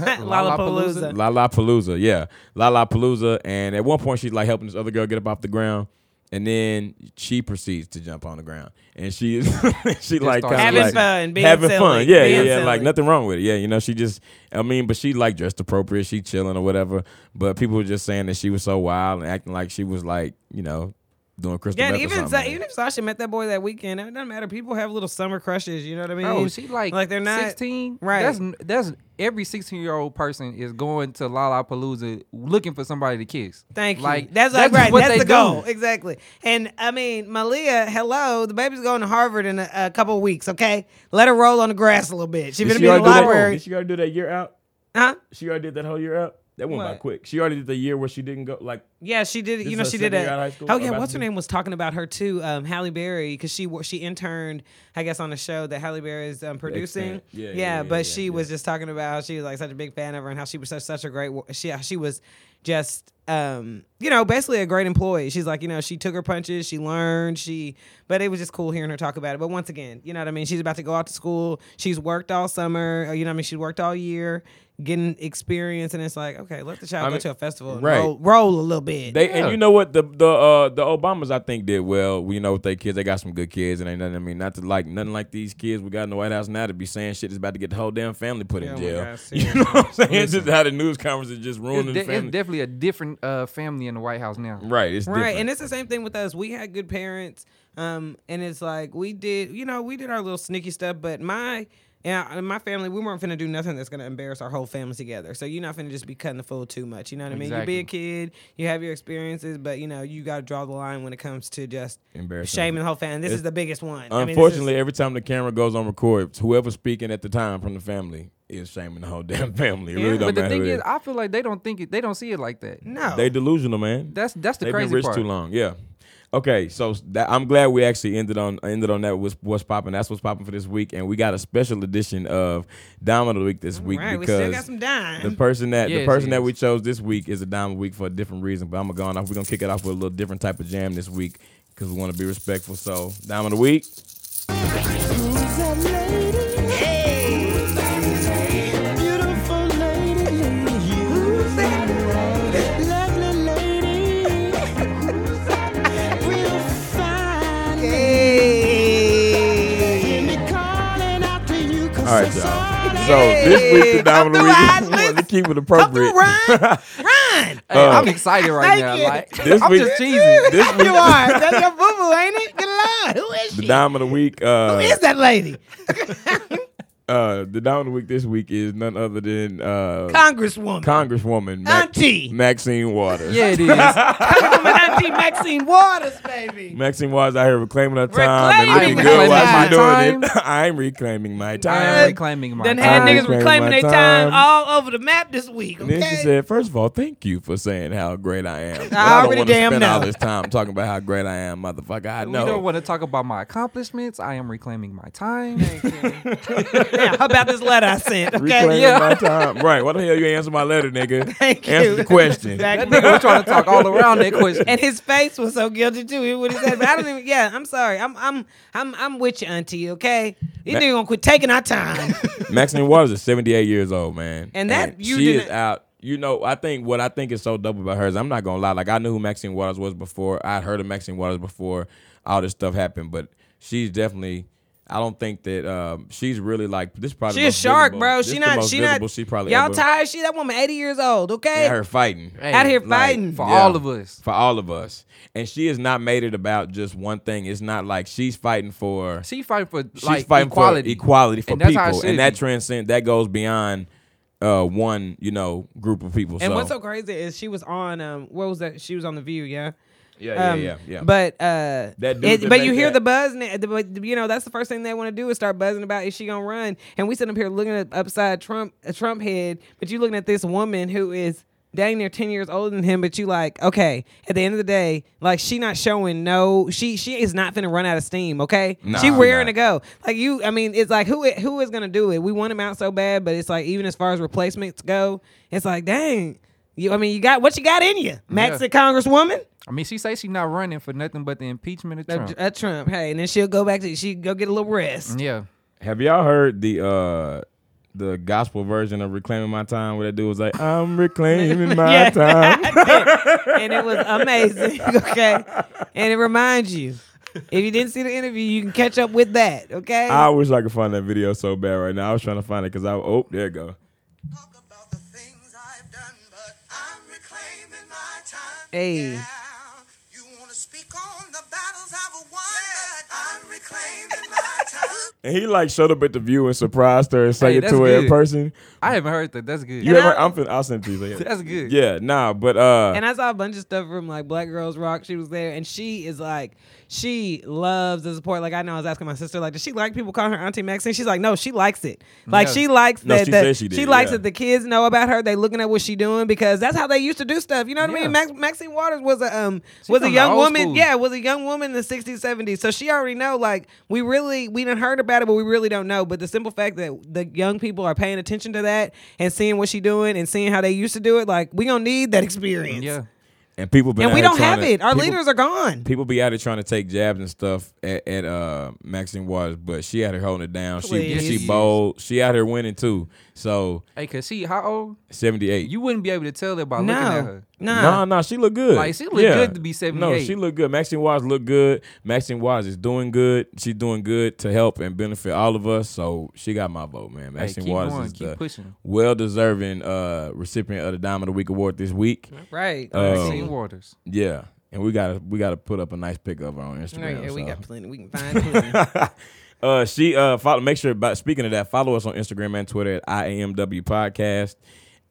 D: Lollapalooza.
A: La La Palooza, yeah. La La Palooza. And at one point she's like helping this other girl get up off the ground. And then she proceeds to jump on the ground. And she is she like
C: starts
A: kinda
D: Having
A: like-
D: fun, being
A: having
D: silly,
A: fun. Yeah, yeah,
D: being
A: yeah. Like
D: silly.
A: nothing wrong with it. Yeah, you know, she just I mean, but she like dressed appropriate, she chilling or whatever. But people were just saying that she was so wild and acting like she was like, you know, doing crystal.
D: Yeah, and
A: meth or
D: even
A: something.
D: Sa- even if Sasha met that boy that weekend, it doesn't matter. People have little summer crushes. You know what I mean?
C: Oh, she like
D: like they're not.
C: sixteen,
D: Right.
C: That's that's every sixteen year old person is going to Lollapalooza looking for somebody to kiss.
D: Thank you.
C: Like
D: that's, like right.
C: what
D: That's
C: they
D: the
C: do.
D: goal exactly. And I mean, Malia, hello. The baby's going to Harvard in a, a couple of weeks. Okay, let her roll on the grass a little bit. She's
A: Did
D: gonna
A: she
D: be in the
A: already do that-
D: library,
A: Did she already do that year out?
D: huh?
A: She already did that whole year out? That went by
D: What?
A: quick. She already did the year where she didn't go like
D: Yeah, she did.
A: This
D: You know,
A: is her
D: she did
A: senior year out of high
D: it.
A: school,
D: Oh
A: or
D: yeah,
A: about
D: what's
A: to
D: her
A: be?
D: name was talking about her too. Um, Halle Berry, because she wa- she interned, I guess, on a show that Halle Berry is um, producing.
A: extent. Yeah, yeah, yeah,
D: but
A: yeah,
D: she
A: yeah.
D: was just talking about how she was like such a big fan of her and how she was such such a great. wo- She she was just um you know basically a great employee. She's like you know she took her punches, she learned, she. But it was just cool hearing her talk about it. But once again, you know what I mean. She's about to go out to school. She's worked all summer. or, You know what I mean. She's worked all year. Getting experience, and it's like, okay, let the child
A: I
D: go
A: mean,
D: to a festival, and
A: right.
D: roll, roll a little bit.
A: They
C: Yeah.
A: and you know what the the uh, the Obamas I think did well. You know with their kids, they got some good kids, and ain't nothing. I mean, not to like nothing like these kids we got in the White House now to be saying shit is about to get the whole damn family put
D: Yeah,
A: in
D: oh my
A: jail.
D: God,
A: you know what I'm saying? just how the news conference is just
C: It's,
A: ruining
C: de-
A: the
C: it's
A: family.
C: definitely a different uh, family in the White House now.
A: right, it's
D: right
A: different.
D: and it's the same thing with us we had good parents um and it's like we did you know we did our little sneaky stuff but my and my family, we weren't finna do nothing that's gonna embarrass our whole family together. So you're not finna just be cutting the fool too much. You know what I mean? You be a
C: Exactly.
D: kid, you have your experiences, but you know you gotta draw the line when it comes to just
A: Embarrassing.
D: shaming the whole family. This is the biggest one. I mean, this is-
A: Unfortunately, every time the camera goes on record, whoever's speaking at the time from the family is shaming the whole damn family. It really don't
C: But the
A: matter.
C: thing
A: who it
C: is, I feel like they don't think it. They don't see it like that.
D: no.
A: they delusional, man.
C: That's that's the
A: They've
C: crazy
A: been rich
C: part.
A: too long. Yeah. Okay, so that, I'm glad we actually ended on ended on that with what's popping. That's what's popping for this week, and we got a special edition of Dime of the Week this week
D: right, we
A: because
D: still got some dime.
A: the person that the
C: Yes,
A: person that
C: yes.
A: we chose this week is a Dime of the Week for a different reason. But I'm gonna go on off. We're gonna kick it off with a little different type of jam this week because we want to be respectful. So Dime of the Week.
E: All
A: All right, y'all. So this week the Dime of the
D: Come
A: Week
D: through, Isaac.
A: we wanted to keep it
D: Come through,
A: appropriate.
D: Ryan. Ryan.
C: Hey, I'm excited right
D: Oh. Thank
C: now.
D: you.
C: Like,
A: This
C: I'm
A: week-
C: just cheesing.
A: This
D: you
A: week
D: are. That's your boo boo, ain't it? Get alive. Who is
A: the
D: she?
A: Dime of the Week. Uh,
D: Who is that lady?
A: uh, the Dime of the Week this week is none other than uh,
D: Congresswoman.
A: Congresswoman Ma-
D: Auntie.
A: Maxine Waters.
C: Yeah, it is.
D: Congresswoman Auntie Maxine Waters, baby.
A: Maxine Waters out here reclaiming her time and
D: Reclaiming
A: looking
D: my
A: good while
D: time.
A: she doing it. I'm reclaiming my
C: I
A: time.
C: am reclaiming my
D: Done
C: time.
D: had niggas
A: Reclaiming
D: reclaiming
A: my
D: their
A: time.
D: time all over the map this week.
A: And then she
D: Okay.
A: said, first of all, thank you for saying how great I am. But
D: I
A: I don't
D: already
A: want to
D: damn
A: spend all
D: know.
A: this time talking about how great I am, motherfucker. I
C: We don't
A: know.
C: want to talk about my accomplishments. I am reclaiming my time.
D: Now, how about this letter I sent? Okay.
A: Reclaiming
C: yeah.
A: my time. Right. Why the hell you answer my letter, nigga?
D: Thank
A: answer
D: you.
A: the question.
C: that
D: Exactly.
C: nigga was trying to talk all around that question.
D: And his face was so guilty too. He would have said, but I don't even yeah, I'm sorry. I'm I'm I'm I'm with you, Auntie, okay? These
A: Ma-
D: niggas gonna quit taking our time.
A: Maxine Waters is 78 years old, man.
D: And that- you
A: she is
D: didn't-
A: out. You know, I think what I think is so dope about her is I'm not gonna lie. Like I knew who Maxine Waters was before. I would heard of Maxine Waters before all this stuff happened, but she's definitely. I don't think that um, she's really like this. is Probably the
D: She a
A: most
D: shark,
A: visible-
D: bro.
A: this
D: She
A: the
D: not
A: most
D: she
A: visible
D: not
A: she probably
D: Y'all
A: ever-
D: tired? She that woman 80 years old, okay?
A: at her fighting
C: Hey,
D: Out here
A: like,
D: fighting.
C: for
A: Yeah.
C: all of us.
A: for all of us, and she has not made it about just one thing. It's not like she's fighting for
C: She fighting for
A: she's
C: like
A: fighting
C: equality.
A: for equality for
C: And that's how it
A: people,
C: should
A: and that
C: be.
A: transcend that goes beyond uh, one you know group of people.
D: And
A: so.
D: what's so crazy is she was on um what was that? She was on the View, yeah.
A: Yeah,
D: Um,
A: yeah, yeah, yeah.
D: But uh,
A: That dude
D: it-
A: that
D: but you
A: make
D: hear
A: that-
D: the buzz, and it- but you know that's the first thing they want to do is start buzzing about is she gonna run? And we sitting up here looking at upside Trump, a Trump head, but you looking at this woman who is dang near ten years older than him. But you like, okay, at the end of the day, like she not showing no, she she is not finna run out of steam. Okay,
A: Nah,
D: she raring
A: nah.
D: to go. Like you, I mean, it's like who i- who is gonna do it? We want him out so bad, but it's like even as far as replacements go, it's like dang. You, I mean, you got what you got in you, Max,
C: Yeah.
D: the Congresswoman.
C: I mean, she say she not running for nothing but the impeachment of
D: A
C: Trump.
D: a Trump. Hey, and then she'll go back to she go get a little rest.
C: Yeah.
A: Have y'all heard the uh the gospel version of Reclaiming My Time where that dude was like, I'm reclaiming my
D: Yeah.
A: time.
D: and it was amazing. Okay, and it reminds you if you didn't see the interview, you can catch up with that. Okay,
A: I wish I could find that video so bad right now. I was trying to find it because I oh there it go.
F: talk about the things I've done, but I'm reclaiming my time.
D: Hey.
F: Yeah. You want to speak on the battles I've won, but I'm reclaiming my time.
A: And he like showed up at the view and surprised her and sang
C: Hey,
A: it
C: that's
A: to her in
C: good.
A: person.
C: I haven't heard that. That's good.
A: You ever?
D: I-
A: I'm fin- I'll send it to you later.
C: That's good.
A: Yeah, nah, but uh,
D: and I saw a bunch of stuff from like Black Girls Rock. She was there, and she is like, she loves the support. Like I know I was asking my sister, like, does she like people calling her Auntie Maxine? She's like, no, she likes it. Like
C: Yeah.
D: she likes
A: No,
D: that.
A: she
D: that-
A: said she did,
D: likes
A: yeah.
D: that the kids know about her. They looking at what she doing because that's how they used to do stuff. You know what I
C: Yeah.
D: mean? Max, Maxine Waters was a um was a
C: from the
D: young
C: old
D: woman.
C: school.
D: Yeah, was a young woman in the 60s, 70s. So she already know. Like we really we didn't heard about it, but we really don't know. But the simple fact that the young people are paying attention to that and seeing what she doing and seeing how they used to do it, like we gonna need that experience
C: Yeah.
A: and people been
D: and
A: out
D: we
A: here
D: don't
A: trying
D: have
A: to-
D: it. Our
A: people-
D: leaders are gone.
A: people be out here trying to take jabs and stuff at, at uh Maxine Waters, but she out here holding it down. She
D: Please.
A: she bold. She out here winning too. So
C: Hey, cause she how old?
A: 78.
C: You wouldn't be able to tell that by looking at
D: No,
C: her.
A: No,
D: no,
A: no, she look good.
C: Like, she look good to be
A: No,
C: 78.
A: she look good. Maxine Waters look good. Maxine Waters is doing good. She's doing good to help and benefit all of us. So she got my vote, man. Maxine
C: keep
A: Waters
C: going,
A: is
C: keep
A: the
C: pushing.
A: well deserving uh, recipient of the Diamond of the Week award this week.
D: right.
A: Uh,
C: Maxine Waters.
A: Yeah, and we gotta we gotta put up a nice pic of her on
D: All right,
A: Instagram.
D: Oh, yeah, we
A: Oh, so.
D: got plenty. We can find plenty.
A: Uh, she uh follow. Make sure. About, speaking of that, follow us on Instagram and Twitter at IAMW Podcast,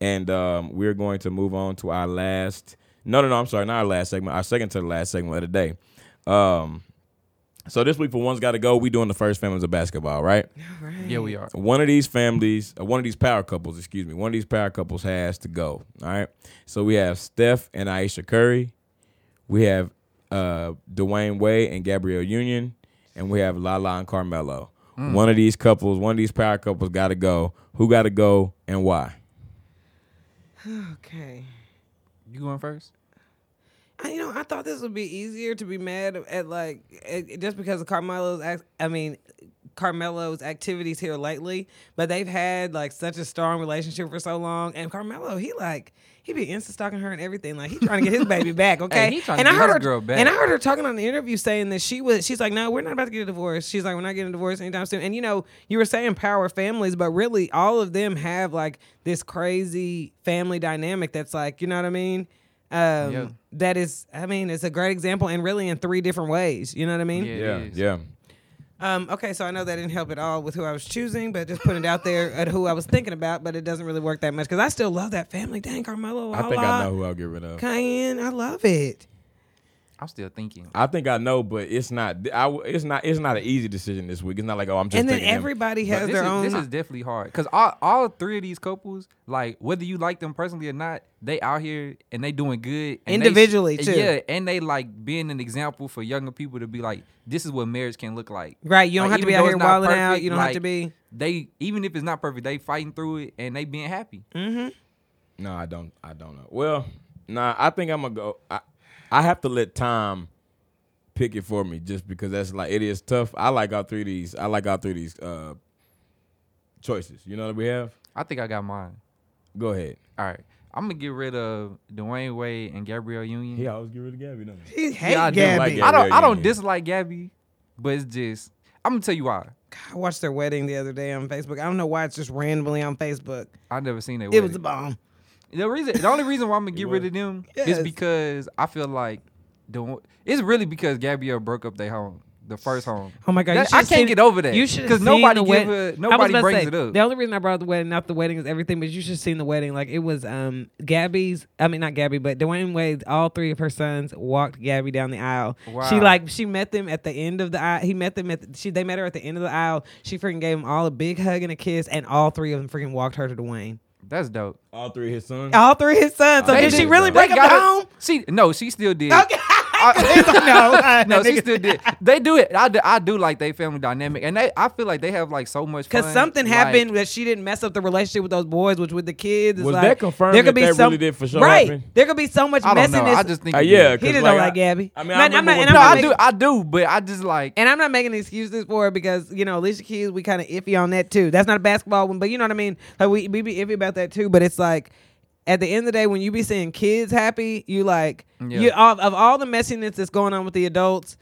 A: and um, we're going to move on to our last. No, no, no. I'm sorry, not our last segment. Our second to the last segment of the day. Um, so this week for one's got to go. We doing the first families of basketball, right?
C: Yeah, we are.
A: one of these families, uh, one of these power couples, excuse me, one of these power couples has to go. All right. So we have Steph and Aisha Curry. We have uh, Dwayne Wade and Gabrielle Union, and we have Lala and Carmelo. One of these couples, one of these power couples, got to go. Who got to go and why?
D: Okay.
C: You going first?
D: I, you know, I thought this would be easier to be mad at, like, at, just because of Carmelo's, act, I mean, Carmelo's activities here lately. But they've had like such a strong relationship for so long, and Carmelo, he like he be insta stalking her and everything. Like he trying to get his baby back, okay?
C: he trying
D: and I
C: to get
D: heard
C: his
D: her,
C: girl back.
D: and I heard her talking on the interview saying that she was, she's like, no, we're not about to get a divorce. She's like, we're not getting a divorce anytime soon. And you know, you were saying power families, but really all of them have like this crazy family dynamic that's like, you know what I mean? Um,
C: Yeah.
D: That is, I mean, it's a great example, and really in three different ways. You know what I mean?
C: Yeah, it
A: Yeah,
C: is.
A: yeah.
D: Um, okay, so I know that didn't help at all with who I was choosing, but just putting it out there at who I was thinking about, but it doesn't really work that much because I still love that family. Dang, Carmelo,
A: I think
D: Lala,
A: I know who I'll get rid of.
D: Cayenne, I love it.
C: I'm still thinking.
A: I think I know, but it's not. I, w- it's not. It's not an easy decision this week. It's not like oh, I'm just.
D: and then
A: picking him.
D: everybody
C: But
D: has
C: this
D: their
C: is,
D: own.
C: This is definitely hard because all, all three of these couples, like whether you like them personally or not, they out here and they doing good and they-
D: Individually, too.
C: Yeah, and they like being an example for younger people to be like, this is what marriage can look like.
D: Right, you don't
C: Like,
D: have to
C: even
D: be out
C: though
D: here
C: it's not
D: wilding out.
C: perfect,
D: You don't have to
C: like,
D: be.
C: They even if it's not perfect, they fighting through it and they being happy.
D: Mm.
A: No, I don't. I don't know. Well, nah. I think I'm gonna go. I, I have to let time pick it for me, just because that's like it is tough. I like all three of these. I like all three of these uh, choices. You know that we have.
C: I think I got mine.
A: Go ahead.
C: All right, I'm gonna get rid of Dwayne Wade and Gabrielle Union.
A: He always get rid of Gabby. Don't he?
D: He hate
C: I do.
D: Gabby.
A: like
C: I don't. I
A: Gabrielle
C: don't
A: Union.
C: dislike Gabby, but it's just I'm gonna tell you why.
D: I watched their wedding the other day on Facebook. I don't know why it's just randomly on Facebook.
C: I've never seen that.
D: It was a bomb.
C: The reason, the only reason why I'm gonna get rid of them
D: Yes.
C: is because I feel like the one- it's really because Gabrielle broke up their home, the first home.
D: Oh my god!
C: That-
D: you should've
C: I can't
D: seen-
C: get over that.
D: You should
C: because nobody give her, nobody brings it up.
D: The only reason I brought the wedding, not the wedding, is everything. But you should have seen the wedding. Like it was, um, Gabby's. I mean, not Gabby, but Dwayne Wade's. All three of her sons walked Gabby down the aisle. She
C: Wow.
D: like she met them at the end of the aisle. He met them at the, she. They met her at the end of the aisle. She freaking gave them all a big hug and a kiss, and all three of them freaking walked her to Dwayne.
C: That's dope.
A: All three of his sons.
D: All three of his sons. So
A: They
D: did she
A: did,
D: really
A: though.
D: break
C: They
D: up
C: got
D: the home?
C: it- She no, she still did.
D: Okay.
C: I-
D: No,
C: no, she
D: nigga.
C: still did. They do it. I do, I do like they family dynamic, and they I feel like they have like so much fun.
D: Cause something
C: like-
D: happened that she didn't mess up the relationship with those boys, which with the kids. it's
A: Was
D: like,
A: that confirmed
D: There could
A: that
D: be
A: they
D: some
A: really did for sure
D: right.
A: happen?
D: There could be so much
C: I don't know.
D: messiness.
C: I just think
A: Uh,
C: it
A: yeah,
C: did.
D: he
A: 'cause,
D: didn't like Gabby.
A: I mean,
D: Man,
A: I
D: I'm
A: remember
D: not-
A: when
D: and
C: No,
D: I'm
C: I do. I do, but I just like
D: and I'm not making excuses for it because you know Alicia Keys, we kind of iffy on that too. That's not a basketball one, but you know what I mean. Like we we be iffy about that too. But it's like at the end of the day, when you be seeing kids happy, you like
C: Yeah.
D: you all, of all the messiness that's going on with the adults.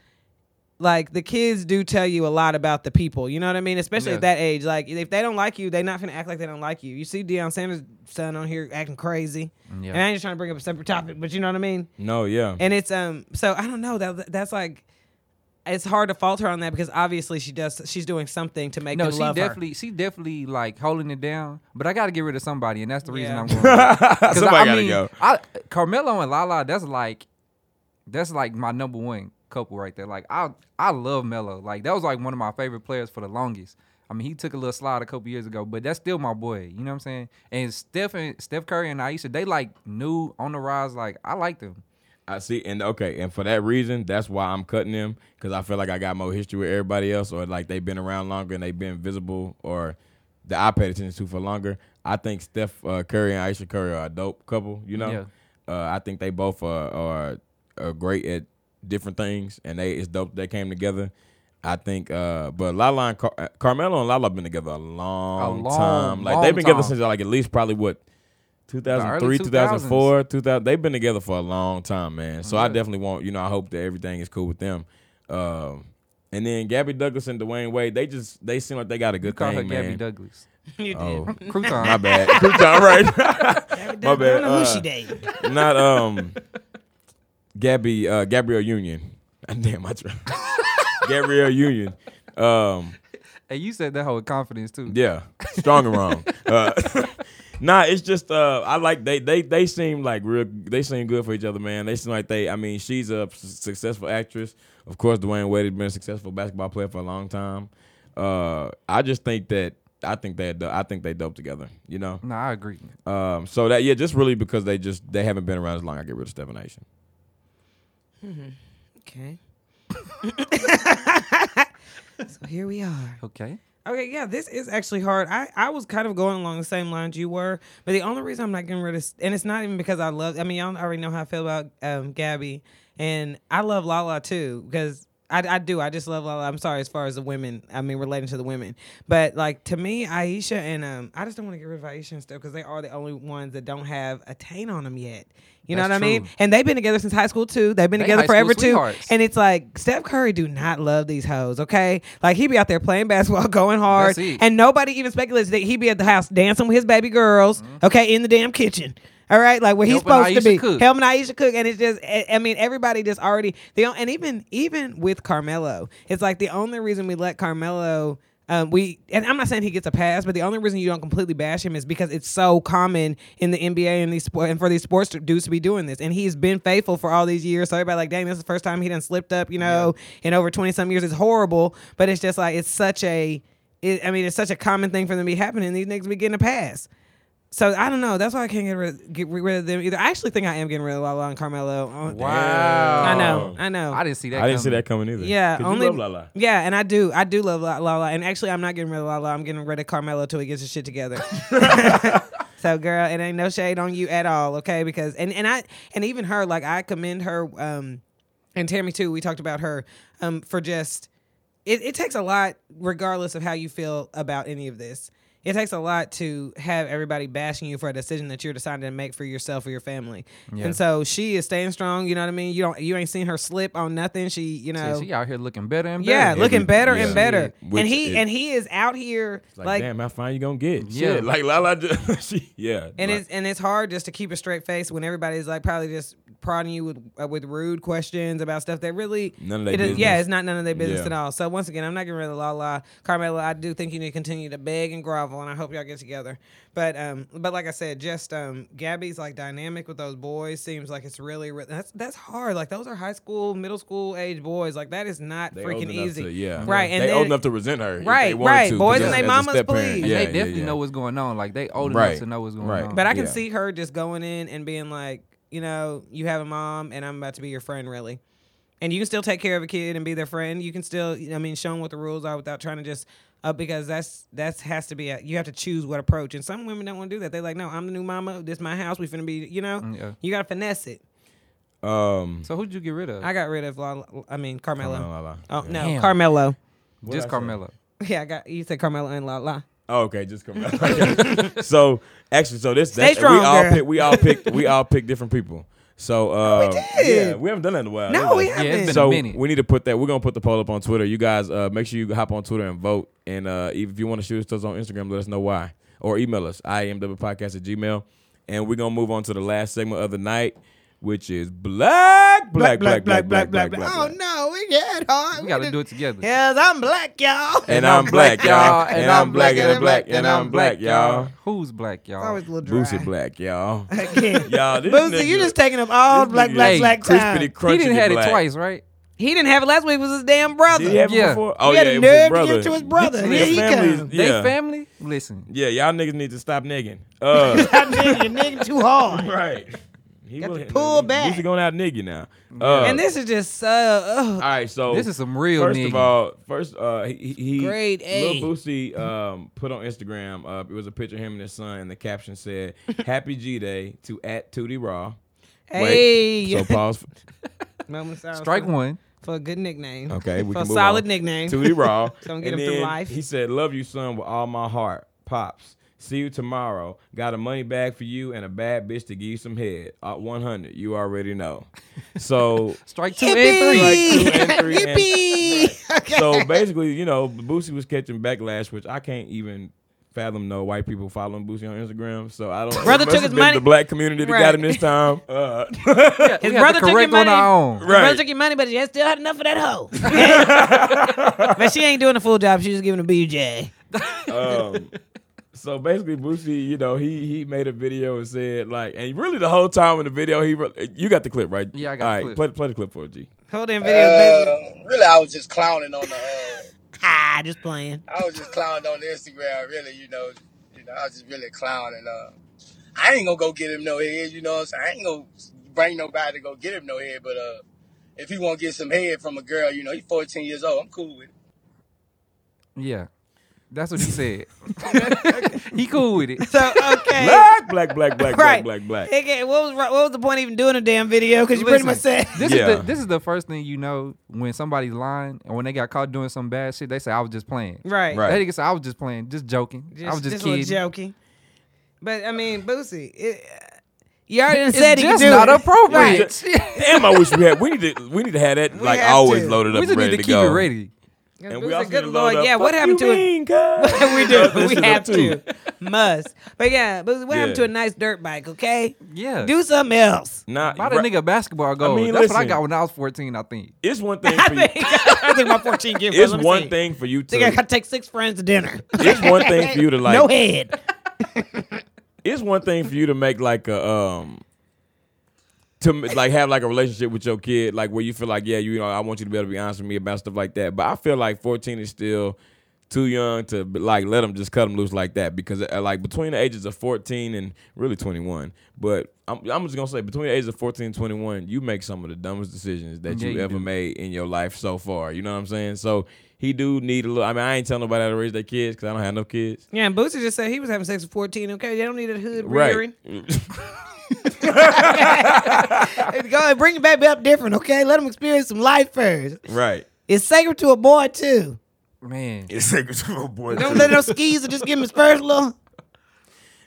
D: Like the kids do tell you a lot about the people, you know what I mean? Especially at
C: Yeah.
D: that age. Like if they don't like you, they're not gonna act like they don't like you. You see Deion Sanders' son on here acting crazy,
C: Yeah.
D: and I ain't just trying to bring up a separate topic, but you know what I mean.
A: No, yeah.
D: And it's um so I don't know that that's like it's hard to fault her on that because obviously she does she's doing something to make
C: No,
D: them
C: she
D: love her.
C: definitely, she definitely like holding it down. But I got to get rid of somebody, and that's the reason
D: Yeah.
C: I'm going. Because
A: Somebody
C: I, I
A: gotta
C: mean,
A: go.
C: I, Carmelo and Lala, that's like, that's like my number one couple right there. Like I, I love Melo. Like that was like one of my favorite players for the longest. I mean, he took a little slide a couple years ago, but that's still my boy. You know what I'm saying? And Steph and Steph Curry and Aisha, they like new on the rise. Like I like them.
A: I see, and okay, and for that reason, that's why I'm cutting them because I feel like I got more history with everybody else, or like they've been around longer and they've been visible, or that I paid attention to for longer. I think Steph uh, Curry and Aisha Curry are a dope couple. You know,
C: Yeah.
A: uh, I think they both are, are are great at different things, and they it's dope they came together. I think, uh, but Lala and Car- uh, Carmelo and Lala have been together a long,
C: long,
A: time. Like
C: long
A: they've been together
C: time.
A: since like at least probably what 2003,
C: 2000s.
A: 2004, 2000. They've been together for a long time, man. So I
C: Yeah.
A: definitely want, you know, I hope that everything is cool with them. Um, and then Gabby Douglas and Dwayne Wade, they just they seem like they got a good
C: Call
A: thing,
C: her
A: man.
C: Gabby Douglas.
A: oh,
C: Crouton.
A: my bad. Crouton, right? my
D: I don't
A: bad.
D: know who she
A: Uh,
D: dated.
A: not um, Gabby uh, Gabrielle Union. Damn, I tried. Gabrielle Union. Um,
C: And you said that whole confidence too.
A: yeah, strong and wrong. Uh, nah, it's just uh, I like they they they seem like real. They seem good for each other, man. They seem like they. I mean, she's a s- successful actress. Of course, Dwayne Wade has been a successful basketball player for a long time. Uh, I just think that I think they I think they dope together. You know.
C: No, I agree.
A: Um, so that yeah, just really because they just they haven't been around as long. I get rid of Stephen Nation.
D: Okay. so here we are.
C: Okay.
D: Okay, yeah, this is actually hard. I, I was kind of going along the same lines you were, but the only reason I'm not getting rid of, and it's not even because I love, I mean, y'all already know how I feel about um, Gabby, and I love Lala too, because I, I do. I just love Lala. I'm sorry, as far as the women, I mean, relating to the women. But like to me, Aisha and, um, I just don't want to get rid of Aisha and stuff because they are the only ones that don't have a taint on them yet. You know
C: That's
D: what I mean?
C: true.
D: And they've been together since high school too. They've been
C: They
D: together
C: high school
D: forever too.
C: sweethearts.
D: And it's like Steph Curry do not love these hoes, okay? Like he be out there playing basketball, going hard,
C: That's it.
D: and nobody even speculates that he be at the house dancing with his baby girls,
C: Mm-hmm.
D: okay, in the damn kitchen. All right, like where he's
C: Helping
D: supposed to
C: Aisha
D: be,
C: cook.
D: helping Aisha cook, and it's just, I I mean, everybody just already they don't, and even even with Carmelo, it's like the only reason we let Carmelo. Um, we and I'm not saying he gets a pass, but the only reason you don't completely bash him is because it's so common in the NBA and these sport and for these sports dudes to be doing this. And he's been faithful for all these years. So everybody like, dang, this is the first time he done slipped up, you know, in over twenty some years. It's horrible, but it's just like it's such a, it, I mean, it's such a common thing for them to be happening. These niggas be getting a pass. So I don't know. That's why I can't get rid, get rid of them either. I actually think I am getting rid of Lala and Carmelo. Uh,
C: Wow.
D: I know. I know.
C: I didn't see that.
A: uh, I didn't see
C: coming.
A: that coming either.
D: Yeah,
A: 'Cause
D: only
A: you love Lala.
D: Yeah, and I do. I do love La- Lala. And actually, I'm not getting rid of Lala. I'm getting rid of Carmelo till he gets his shit together. so, girl, it ain't no shade on you at all, okay? Because and and I and even her, like I commend her, um, and Tammy too. We talked about her, um, for just it, it takes a lot, regardless of how you feel about any of this. It takes a lot to have everybody bashing you for a decision that you're deciding to make for yourself or your family. And so she is staying strong. You know what I mean? You don't you ain't seen her slip on nothing. She you know
C: She out here looking better and
D: yeah,
C: better.
A: Every-
D: looking better
A: yeah.
D: and better.
A: Which
D: and he
A: is-
D: and he is out here
A: Like,
D: like,
A: damn, how fine you gonna get?
C: Yeah.
A: Shit, like Lala. Just, she, yeah,
D: and
A: like,
D: it's and it's hard just to keep a straight face when everybody's like probably just prodding you with uh, with rude questions about stuff that really
A: None of their
D: it is- Yeah,
A: business.
D: it's not none of their business
A: Yeah.
D: at all. So once again, I'm not getting rid of Lala Carmela. I do think you need to continue to beg and grovel, and I hope y'all get together. But um, but like I said, just um, Gabby's like dynamic with those boys seems like it's really, really that's that's hard. Like those are high school, middle school age boys. Like that is not
A: they old
D: freaking
A: enough
D: easy.
A: To, yeah,
D: right. And
A: they
D: then,
A: old enough to resent her. if they
D: Right,
A: wanted
D: right.
A: to, 'cause
D: Boys
A: as-
D: and they
A: as a
D: mamas,
A: step-parent.
D: please.
C: And
A: Yeah,
C: they
A: yeah,
C: definitely
A: yeah.
C: know what's going on. Like they old
A: Right.
C: enough to know what's going
A: Right.
C: on.
D: But I can
A: Yeah.
D: see her just going in and being like, you know, you have a mom and I'm about to be your friend, really. And you can still take care of a kid and be their friend. You can still, I mean, show them what the rules are without trying to just, uh, because that's that's has to be a, you have to choose what approach. And some women don't want to do that. They're like, no, I'm the new mama. This my house. We finna be, you know,
A: Mm,
C: Yeah.
D: you gotta finesse it.
A: Um,
C: So who'd you get rid of?
D: I got rid of, La, I mean, Carmelo.
A: Lala.
D: Oh no,
C: Damn.
D: Carmelo.
A: What'd I
C: Just
A: say?
C: Carmelo.
D: Yeah, I got you said Carmelo and La La.
A: Oh, okay, just come out. so actually, so this that's,
D: strong,
A: we all
D: girl.
A: pick we all pick we all pick different people. So uh,
D: we did.
A: yeah, we haven't done that in a while.
D: No,
A: either.
D: we
C: Yeah, it's
D: haven't.
C: been
A: so
C: a minute.
A: we need to put that. We're gonna put the poll up on Twitter. You guys, uh, make sure you hop on Twitter and vote. And uh, if you want to shoot us those on Instagram, let us know why, or email us imwpodcast at gmail. And we're gonna move on to the last segment of the night, which is black, black, black, black, black, black, black.
D: Oh no, we get hard.
C: we gotta
D: done-
C: do it together.
D: Yes, I'm black, y'all.
A: And I'm black, y'all. And I'm black, and I'm
D: I'm
A: black, and I'm black, y'all.
C: Who's black, y'all?
D: Always a little dry.
A: Boosie black, y'all.
D: Again.
A: Y'all, this
D: Boosie, you
A: nigga-
D: just taking up all
A: This
D: black,
A: nigga
D: black,
A: is
D: black time.
A: crispity,
C: he
A: crunchy
C: didn't had it
A: black.
C: twice, right?
D: He didn't have it last week. It was his damn brother.
A: Did he have it
C: Yeah.
A: before? Oh,
D: He had
A: it
D: a
A: was his
D: nerve to give it to his brother.
A: His
D: Here he
A: family is-
D: comes.
A: Yeah.
C: They family? Listen.
A: yeah, y'all niggas need to stop nigging. Uh,
D: Your nigga too hard.
A: right. He Got
D: to pull back.
A: Boosie going out nigga now. Uh,
D: And this is just so. Uh,
A: all right, so
C: This is some real
A: First
C: nigga.
A: of all, first uh, he, he
D: Grade A.
A: Lil Boosie um, put on Instagram. Uh, it was a picture of him and his son, and the caption said, "Happy G Day to at Tootie Raw."
D: hey.
A: Wait, so pause.
D: Moment of
C: Strike
D: silence
C: one.
D: For a good nickname.
A: Okay, we
D: For
A: can
D: a
A: move
D: solid
A: on.
D: nickname.
A: Tootie Raw.
D: Don't get
A: And
D: him through
A: then
D: life.
A: He said, "Love you, son, with all my heart, pops." See you tomorrow. Got a money bag for you and a bad bitch to give you some head. Uh, 100. You already know. So
C: Strike two and
A: Strike
D: Yippee!
A: two and three and-
D: Yippee! Okay.
A: so basically, you know, Boosie was catching backlash, which I can't even fathom. No white people following Boosie on Instagram, so I don't.
D: Brother
A: it must
D: took
A: have
D: his
A: been
D: money-
A: The black community that got
D: Right.
A: him this time. Uh,
C: three.
D: His
C: We have to
D: brother took your
C: correct on
D: money.
C: our own.
D: Your
A: Right.
D: brother took your money, but she still had enough of that hoe. but she ain't doing a full job. She was giving a BJ.
A: um, so basically, Boosie, you know, he he made a video and said like, and really the whole time in the video, he re- you got the clip right?
C: Yeah, I got
A: All
C: the
A: right,
C: clip.
A: Play, play the clip for it, G.
D: Hold in videos, baby.
E: Uh, really, I was just clowning on the. Uh,
D: Ah, just playing.
E: I was just clowning on the Instagram. Really, you know, you know, I was just really clowning. Uh, I ain't gonna go get him no head. You know, what I'm saying? I ain't gonna bring nobody to go get him no head. But uh, if he want to get some head from a girl, you know, he's 14 years old. I'm cool with it.
C: Yeah. That's what he said. he cool with it.
D: So okay.
A: Black, black, black, black,
D: Right.
A: black, black, black.
D: Okay, what was what was the point of even doing a damn video? Because you pretty
C: Listen,
D: much said
C: This
A: Yeah.
C: is the this is the first thing you know when somebody's lying and when they got caught doing some bad shit, they say I was just playing.
D: right.
A: Right.
C: That nigga said I was just playing, just joking. I was just,
D: a
C: kidding.
D: little joking. But I mean, Boosie, it, you already done
C: It's
D: said he could
C: just
D: do
C: not
D: it.
C: appropriate.
D: Right.
A: Damn, I wish we had. We need to. We need to have that like
D: have
A: always
D: to.
A: loaded up,
C: We just
A: ready
C: need to
A: to,
C: keep
A: go.
C: it ready.
A: And
D: It
A: we
D: was
A: also
D: a
A: need
D: good
A: to
D: lord.
A: load up.
D: Yeah, what
A: Fuck
D: happened
A: you
D: to it?
A: mean, cuz?
D: we do.
A: this
D: we
A: is
D: have
A: up too.
D: to. Must. But yeah, but what happened
A: Yeah.
D: to a nice dirt bike, okay?
C: Yeah.
D: Do something else.
A: Nah,
C: Buy that
A: right.
C: nigga a basketball goal.
A: mean,
C: That's what I
A: listen.
C: got when I was 14, I think.
A: It's one thing for you.
D: I think my 14 gift
A: It's one thing for you
D: think I
A: to.
D: gotta take six friends to dinner.
A: It's one thing for you to like.
D: no head.
A: it's one thing for you to make like a um to m- like have like a relationship with your kid like where you feel like yeah you know I want you to be able to be honest with me about stuff like that but I feel like 14 is still too young to be- like let them just cut them loose like that because uh, like between the ages of 14 and really 21 but I'm, I'm just gonna say between the ages of 14 and 21 you make some of the dumbest decisions that
C: Yeah,
A: you,
C: you
A: ever
C: do.
A: made in your life so far you know what I'm saying so he do need a little I mean I ain't telling nobody how to raise their kids because I don't have no kids
D: Yeah, and Boosie just said he was having sex with 14, okay? They don't need a hood rearing.
A: right
D: Go ahead, bring the baby up different, okay? Let them experience some life first.
A: right
D: It's sacred to a boy, too.
C: Man.
A: It's sacred to a boy.
D: Don't let no skis or just give him his first little.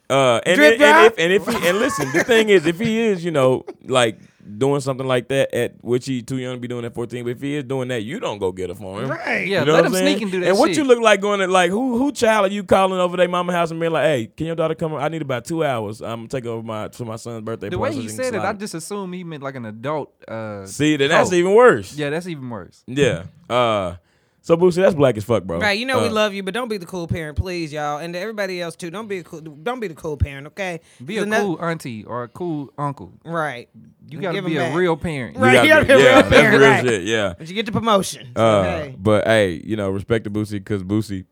A: Uh, and,
D: Drip
A: and, and
D: drop.
A: if and if he, and listen, the thing is, if he is, you know, like doing something like that at which he too young to be doing at fourteen, but if he is doing that, you don't go get it for him.
D: Right.
C: Yeah,
A: You know
C: let
A: what
C: him
A: I'm saying?
C: sneak and do that
A: And what
C: shit.
A: you look like going to like who who child are you calling over their mama house and being like, hey, can your daughter come? over? I need about two hours. I'm gonna take over my to my son's birthday.
C: The way
A: party so
C: he
A: she can
C: said it,
A: slide
C: I just assumed he meant like an adult. Uh,
A: see that that's
C: Oh.
A: even worse. Yeah.
C: Yeah, that's even worse.
A: yeah. Uh, so Boosie, that's black as fuck, bro.
D: Right, you know we
A: Uh,
D: love you, but don't be the cool parent, please, y'all, and to everybody else too. Don't be a cool, don't be the cool parent, okay?
C: Be
D: There's
C: a
D: another-
C: cool auntie or a cool uncle.
D: right.
C: You got to
D: Give 'em
C: be a
D: back.
C: real parent.
A: we
D: Right, you gotta be a real
A: yeah, that's
D: parent,
A: real
D: right.
A: shit. Yeah.
D: But you get the promotion, so,
A: Uh,
D: hey.
A: But hey, you know, respect to Boosie because Boosie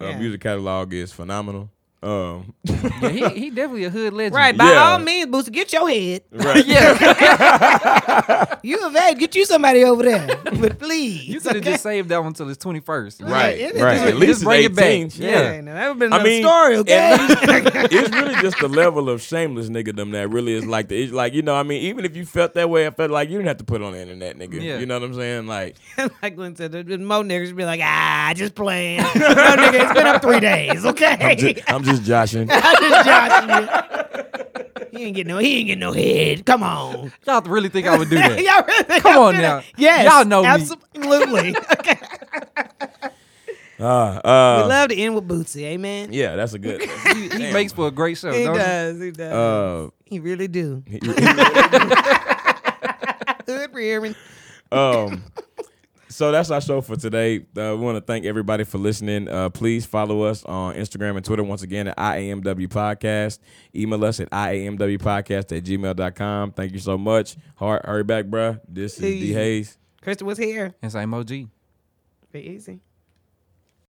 A: uh,
D: Yeah.
A: music catalog is phenomenal. Um,
C: Yeah, he, he definitely a hood legend.
D: Right, by
A: yeah.
D: all means, Booster, get your head.
A: right.
C: Yeah,
D: You of age, get you somebody over there, but please.
C: you could have just saved that one till his twenty first.
A: Right,
D: it-
A: right.
D: just-
A: At least
C: just bring
A: it's
C: it back.
A: 18.
C: Yeah.
D: yeah, now that would been
A: I
D: another
A: mean,
D: story, okay?
A: it's really just the level of shameless niggadom that really is like the it's like you know I mean even if you felt that way I felt like you didn't have to put it on the internet nigga
C: Yeah.
A: you know what I'm saying like
D: like Glenn said, there's been more niggas be like, ah, just playing. no nigga, it's been up three days, okay?
A: I'm just, I'm just joshing
D: I'm just joshing you. He ain't get no, he ain't get no head. Come on.
C: Y'all really think I would do that?
D: Y'all really think
C: Come
D: I'm
C: on
D: finna-
C: now.
D: Yes.
C: Y'all know me.
D: absolutely. Okay.
A: uh, uh,
D: We love to end with Bootsy, amen.
A: yeah that's a good
C: He, he makes for a great show.
D: He
C: don't he?
D: does, he does.
A: uh,
D: he really do. Good for hearing.
A: um so that's our show for today uh, we want to thank everybody for listening uh, please follow us on instagram and twitter once again at iamw podcast email us at iamw podcast at gmail.com thank you so much heart hurry back bruh this is d
D: Hey.
A: hayes
D: Krista was here.
C: It's like Mo G.
D: Be easy.